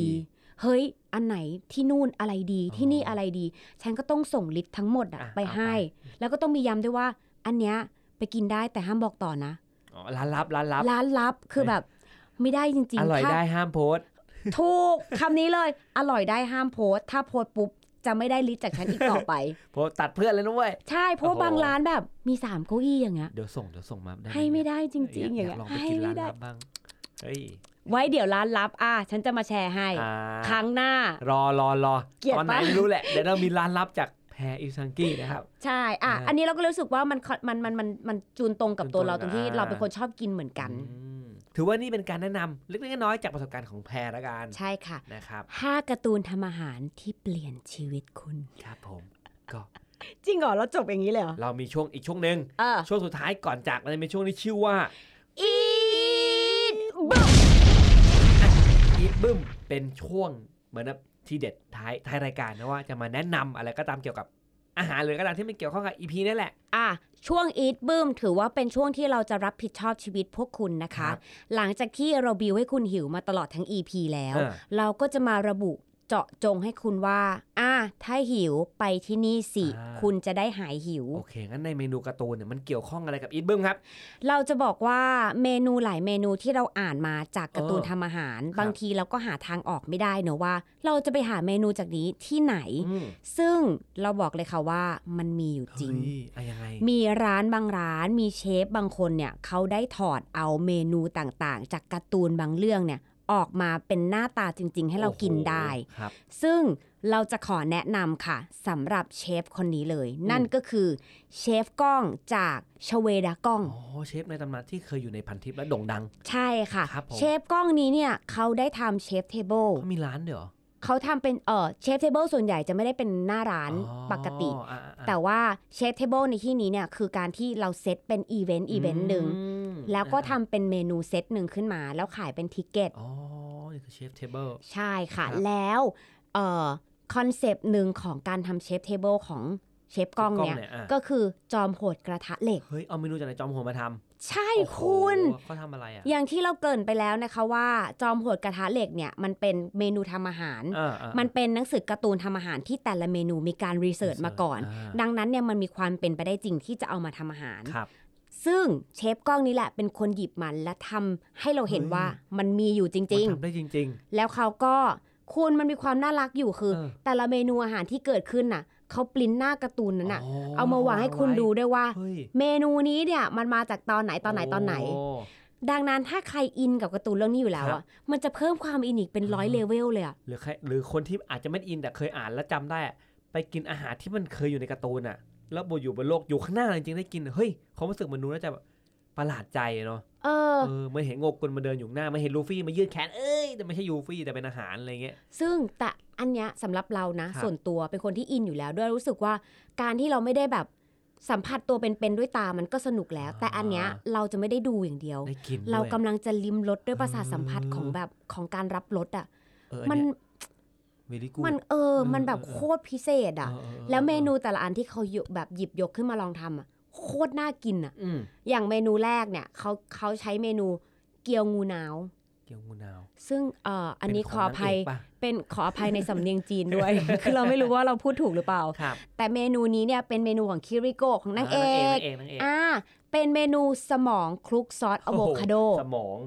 เฮ้ย อันไหนที่นู่นอะไรดี อ๋อ ที่นี่อะไรดี ฉันก็ต้องส่งลิสต์ทั้งหมดอะ อ่ะ ไป เอา ให้ ไป แล้วก็ต้องมีย้ำด้วยว่า อันเนี้ยไปกินได้แต่ห้ามบอกต่อนะ อ๋อร้านลับร้านลับ ร้านลับคือ เฮ้ย แบบ ไม่ได้จริง อร่อย ๆถ้า ได้ห้ามโพสต์ ถูกคำนี้เลย อร่อยได้ห้ามโพสต์ถ้าโพสต์ปุ๊บจะไม่ได้ลิสต์จากฉันอีกต่อไป โพสต์ตัดเพื่อนเลยนะเว้ย ใช่เพราะว่า โอ้โห บางร้านแบบมีสามเก้าอี้อย่างเงี้ย เดี๋ยวส่งเดี๋ยวส่งมาได้ห ให้ไม่ เนี่ย ได้จริง ๆ อย่าง ก เงี้ย ลองไป ให้ กินร้า ไม่ น ได้ ลับบ้างเฮ้ย ไว้เดี๋ยวร้านลับอ่ะฉันจะมาแชร์ให้ อ่า ครั้งหน้า รอรอรอ เกลียด ตอนไหน ปะ ไม่รู้แหละเดี๋ยวเรามีร้านลับจากแพรอิซังกี้นะครับ ใช่อ่ะ อ่า อันนี้เราก็รู้สึกว่ามันมันมันมันมันจูนตรงกับตัวเรา จู ตนรง ตรง ที่ อ่า เราเป็นคนชอบกินเหมือนกัน อืมถือว่านี่เป็นการแนะนำเล็กๆน้อยๆจากประสบการณ์ของแพรละกัน ใช่ค่ะ นะครับ ห้าการ์ตูนทำอาหารที่เปลี่ยนชีวิตคุณ ครับผมก็ จริงเหรอเราจบอย่างนี้เลยเหรอ เรามีช่วงอีกช่วงหนึ่ง เออ ช่วงสุดท้ายก่อนจากเลยเป็นช่วงที่ชื่อว่า อีดบึ้ม อีทบึ้มเป็นช่วงเหมือนแบบทีเด็ดท้ายท้ายรายการนะว่าจะมาแนะนำอะไรก็ตามเกี่ยวกับอาหารหรือก็ตามที่มันเกี่ยวข้องกับอีพีนั่นแหละ อ่ะช่วงอีดบึ้มถือว่าเป็นช่วงที่เราจะรับผิดชอบชีวิตพวกคุณนะ ครั คะ บ หลังจากที่เราบิวให้คุณหิวมาตลอดทั้ง EP แล้ว เออ เราก็จะมาระบุเจาะจงให้คุณว่า อ่า ถ้าหิวไปที่นี่สิ า คุณจะได้หายหิว โอเค งั้นในเมนูการ์ตูนเนี่ยมันเกี่ยวข้องอะไรกับอีทบึ้มครับ เราจะบอกว่าเมนูหลายเมนูที่เราอ่านมาจากการ์ตูน เออ ทำอาหาร ครับ บางทีเราก็หาทางออกไม่ได้เนอะว่า เราจะไปหาเมนูจากนี้ที่ไหน อืม ซึ่งเราบอกเลยค่ะว่ามันมีอยู่จริง เฮ้ยอะยังไง มีร้านบางร้านมีเชฟบางคนเนี่ยเขาได้ถอดเอาเมนูต่างๆ จากการ์ตูนบางเรื่องเนี่ยออกมาเป็นหน้าตาจริง ๆ ให้เรากินได้ โอ้โหครับ ซึ่งเราจะขอแนะนำค่ะสำหรับเชฟคนนี้เลย นั่นก็คือเชฟก้องจากชเวดากล้อง อ๋อเชฟในตำนานที่เคยอยู่ในพันทิปและโด่งดัง ใช่ค่ะ ครับผม เชฟกล้องนี้เนี่ยเขาได้ทำเชฟเทเบิล เขามีร้านด้วยเหรอ เขาทำเป็นเออเชฟเทเบิลส่วนใหญ่จะไม่ได้เป็นหน้าร้าน อ๋อ ปกติ อ่ะอ่ะอ่ะ แต่ว่าเชฟเทเบิลในที่นี้เนี่ยคือการที่เราเซตเป็นอีเวนต์อีเวนต์หนึ่ง อืม แล้วก็ อ่ะ ทำเป็นเมนูเซตหนึ่งขึ้นมา แล้วขายเป็นทิกเก็ต อ๋อนี่คือเชฟเทเบิล ใช่ค่ะ ครับ แล้วเอ่อคอนเซปต์หนึ่งของการทำเชฟเทเบิลของเชฟกล้องเนี่ย อ่ะ ก็คือจอมโหดกระทะเหล็ก เฮ้ยเอาเมนูจากในจอมโหัวมาทำ ใช่ โอ้โห คุณ เขาทำอะไรอ่ะ อย่างที่เราเกรินไปแล้วนะคะว่าจอมโหดกระทะเหล็กเนี่ย มันเป็นเมนูทำอาหาร อ่ะอ่ะ มันเป็นหนังสือการ์ตูนทำอาหารที่แต่ละเมนูมีการรีเสิร์ชมาก่อน อ่ะ ดังนั้นเนี่ยมันมีความเป็นไปได้จริงที่จะเอามาทำอาหาร ครับ ซึ่งเชฟกล้องนี้แหละเป็นคนหยิบมันและทำให้เราเห็นว่ามันมีอยู่จริง มันทำได้จริง ๆ แล้วเขาก็คุณมันมีความน่ารักอยู่คือ เออ แต่ละเมนูอาหารที่เกิดขึ้นน่ะเขาปริ้นหน้าการ์ตูนนั้นน่ะ ๆ เอามาวางให้คุณดูด้วยว่า เฮ้ย เมนูนี้เนี่ยมันมาจากตอนไหนตอนไหนตอนไหน โ ดังนั้นถ้าใครอินกับการ์ตูนเรื่องนี้อยู่แล้ว ครับ อ่ะมันจะเพิ่มความอินอีกเป็นร้อย อ่า เลเวลเลยอ่ะ หรือใครหรือคนที่อาจจะไม่อินแต่เคยอ่านแล้วจำได้อะไปกินอาหารที่มันเคยอยู่ในการ์ตูนอ่ะ แล้วบอยู่บนโลกอยู่ข้างหน้าจริงๆได้กินเฮ้ยความรู้สึกมันนู้นแล้วจะแบบประหลาดใจเนาะ เออ เออมันเห็นโงกุลมาเดินอยู่ข้างหน้ามันเห็นลูฟี่มายืดแขนเอ้ยแต่ไม่ใช่ลูฟี่แต่เป็นอาหารอะไรเงี้ย ซึ่งแต่อันเนี้ยสำหรับเรานะ ครับ ส่วนตัวเป็นคนที่อินอยู่แล้วด้วยรู้สึกว่าการที่เราไม่ได้แบบสัมผัสตัวเป็นๆด้วยตามันก็สนุกแล้ว แต่อันเนี้ยเราจะไม่ได้ดูอย่างเดียว ได้กิน เราด้กำวย ลังจะลิ้มรสด้วยประสาท เออ สัมผัสของแบบของการรับรสอ่ะ เออ มัน เวลี่กู มันเออ เออ มันแบบ เออ โคตรพิเศษอ่ะ แล้วเมนูแต่ละอันที่เขาหยิบแบบหยิบยกขึ้นมาลองทำอ่ะโคตรน่ากินอ่ะ อืม อย่างเมนูแรกเนี่ยเขาเขาใช้เมนูเกี๊ยวงูหนาว เกี๊ยวงูนาว ซึ่งเอ่ออันนี้ เป็ ขออภัย างเกปะ เป็นขออภัยในสำเนียงจีนด้วย คือเราไม่รู้ว่าเราพูดถูกหรือเปล่า ครับ แต่เมนูนี้เนี่ยเป็นเมนูของคิริโกะของนางเอ าน ก นางเอกนางเอก อ่า เป็นเมนูสมองคลุกซอสอะโวคาโด อ้หสมอง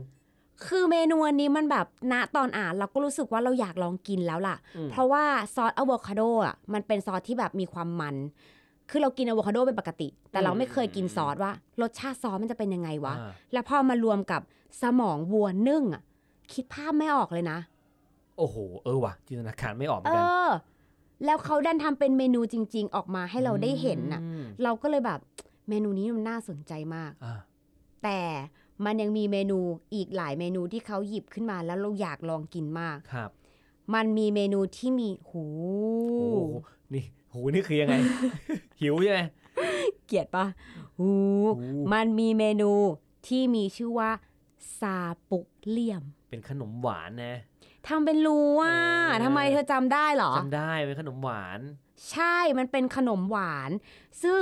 คือเมนูอันนี้มันแบบณตอนอ่านเราก็รู้สึกว่าเราอยากลองกินแล้วล่ะ อืม เพราะว่าซอสอะโวคาโดอ่ะมันเป็นซอสที่แบบมีความมัน คือเรากินอะโวคาโดเป็นปกติ แต่เราไม่เคยกินซอสว่ารสชาติซอสมันจะเป็นยังไงวะ อ่า แล้วพอมารวมกับสมองวัวนึ่งอ่ะคิดภาพไม่ออกเลยนะ โอ้โหเออว่ะจินตนาการไม่ออกเหมื เอ อนกัน อ แล้วเขาดันทำเป็นเมนูจริง ๆ ออกมาให้เราได้เห็นน่ะ อืม เราก็เลยแบบเมนูนี้มันน่าสนใจมาก อ่า แต่มันยังมีเมนูอีกหลายเมนูที่เขาหยิบขึ้นมาแล้วเราอยากลองกินมาก ครับ มันมีเมนูที่มีหู โอ้โหนี่หูนี่คือ <laughs> ยังไง หิวใช่ไหม เกลียดปะหู หู มันมีเมนูที่มีชื่อว่าซาปุกเหลี่ยม เป็นขนมหวานนะ ทำเป็นรู้ว่า เออ ทำไมเธอจำได้เหรอ จำได้เป็นขนมหวาน ใช่ มันเป็นขนมหวาน ซึ่ง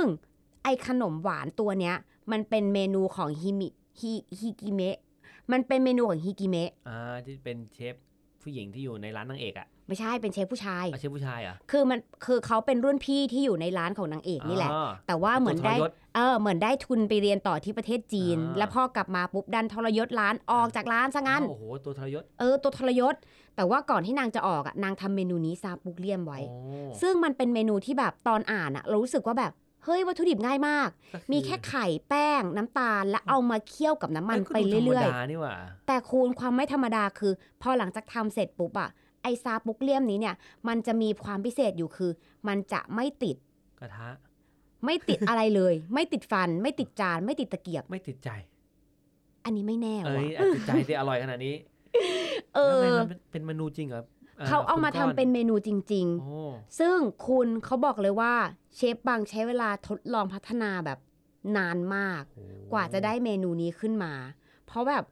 ไอขนมหวานตัวเนี้ย มันเป็นเมนูของฮิมิฮิฮิกิเมะ มันเป็นเมนูของฮิกิเมะ อ่าที่เป็นเชฟผู้หญิงที่อยู่ในร้านนางเอกอ่ะ ไม่ใช่ เป็นเชฟผู้ชาย เอาเชฟผู้ชายเหรอ่ะ คือมัน คือเขาเป็นรุ่นพี่ที่อยู่ในร้านของนางเอกนี่แหละ แต่ว่าเหมือนได้ เออ เหมือนได้ทุนไปเรียนต่อที่ประเทศจีน แล้วพอกลับมาปุ๊บดันทรยศร้านออกจากร้านซะงั้น โอ้โหตัวทรยศ เออ ตัวทรยศ แต่ว่าก่อนที่นางจะออกอะนางทำเมนูนี้ซาปุกเลี่ยมไว้ โอ้ ซึ่งมันเป็นเมนูที่แบบตอนอ่านอะเรารู้สึกว่าแบบ เฮ้ย วัตถุดิบง่ายมาก ก็อ มีแค่ไข่แป้งน้ำตาล และเอามาเคี่ยวกับน้ำมัน ก็ ไป ดูธ เรื่อย มดานี่หว่า ๆ แต่คูณความไม่ธรรมดาคือ พอหลังจากทำเสร็จปุ๊บอะไอซาปุกเลี่ยมนี้เนี่ย มันจะมีความพิเศษอยู่คือ มันจะไม่ติด กระทะ ไม่ติด อะไรเลย <laughs> ไม่ติดฟัน ไม่ติดจาน ไม่ติดตะเกียบ ไม่ติดใจ อันนี้ไม่แน่ เอ้ ว่ะ ยอาจติดใจที่อร่อยขนาดนี้ เออ แล้วไงมันเป็นเป็นเมนูจริงเหรอ เขาเอามาทำเป็นเมนูจริง โอ้ ๆ ซึ่งคุณเขาบอกเลยว่าเชฟบางใช้เวลาทดลองพัฒนาแบบนานมาก โอ้ กว่าจะได้เมนูนี้ขึ้นมา เพราะแบบ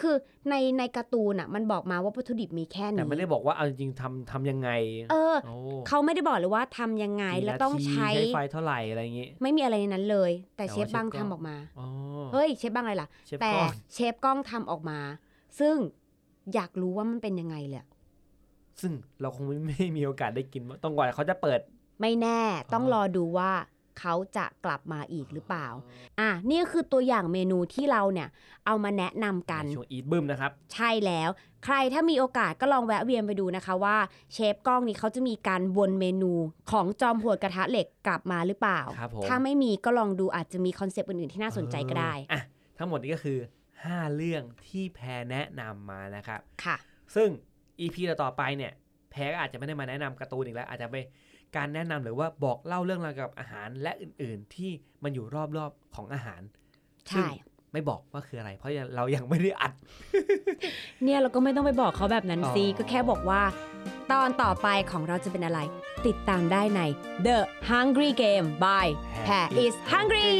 คือในในการ์ตูนอ่ะ มันบอกมาว่าวัตถุดิบมีแค่นี้ แต่ไม่ได้บอกว่าเอาจริงๆทำทำยังไง เออ โอ้ เขาไม่ได้บอกเลยว่าทำยังไง กี่ แล้ว นา ต้อง ที ใช้ ไฟเท่าไหร่อะไรอย่างงี้ ไม่มีอะไรในนั้นเลย แต่ แต่ว่า เชฟบัง เชฟก็ ทำออกมา อ๋อ เฮ้ย เชฟบังอะไรล่ะ เชฟ แต่ ก้อน เชฟกล้องทำออกมา ซึ่งอยากรู้ว่ามันเป็นยังไงเลยอะ ซึ่งเราคงไม่ไม่มีโอกาสได้กิน ต้องก่อนเขาจะเปิด ไม่แน่ต้อง อ๋อ รอดูว่าเขาจะกลับมาอีกหรือเปล่า อ่ะนี่คือตัวอย่างเมนูที่เราเนี่ย เอามาแนะนำกัน ในช่วงอีทบึ้มนะครับ ใช่แล้ว ใครถ้ามีโอกาสก็ลองแวะเวียนไปดูนะคะว่าเชฟกล้องนี่เขาจะมีการวนเมนูของจอมโหดกระทะเหล็กกลับมาหรือเปล่า ครับผม ถ้าไม่มีก็ลองดูอาจจะมีคอนเซปต์อื่นๆที่น่าสนใจก็ได้ เอออ่ะทั้งหมดนี้ก็คือ 5 เรื่องที่แพรแนะนำมานะครับ ค่ะ ซึ่ง EP ต่อๆไปเนี่ย แพรก็อาจจะไม่ได้มาแนะนำการ์ตูนอีกแล้ว อาจจะไปการแนะนำหรือว่าบอกเล่าเรื่องราวเกี่ยวกับอาหารและอื่น ๆ ที่มันอยู่รอบๆของอาหาร ซึ่ง ใช่ ไม่บอกว่าคืออะไร เพราะเรายังไม่ได้อัด เนี่ยเราก็ไม่ต้องไปบอกเขาแบบนั้นสิ อ๋อ ก็แค่บอกว่า ตอนต่อไปของเราจะเป็นอะไร ติดตามได้ใน The Hungry Game by แพ is Hungry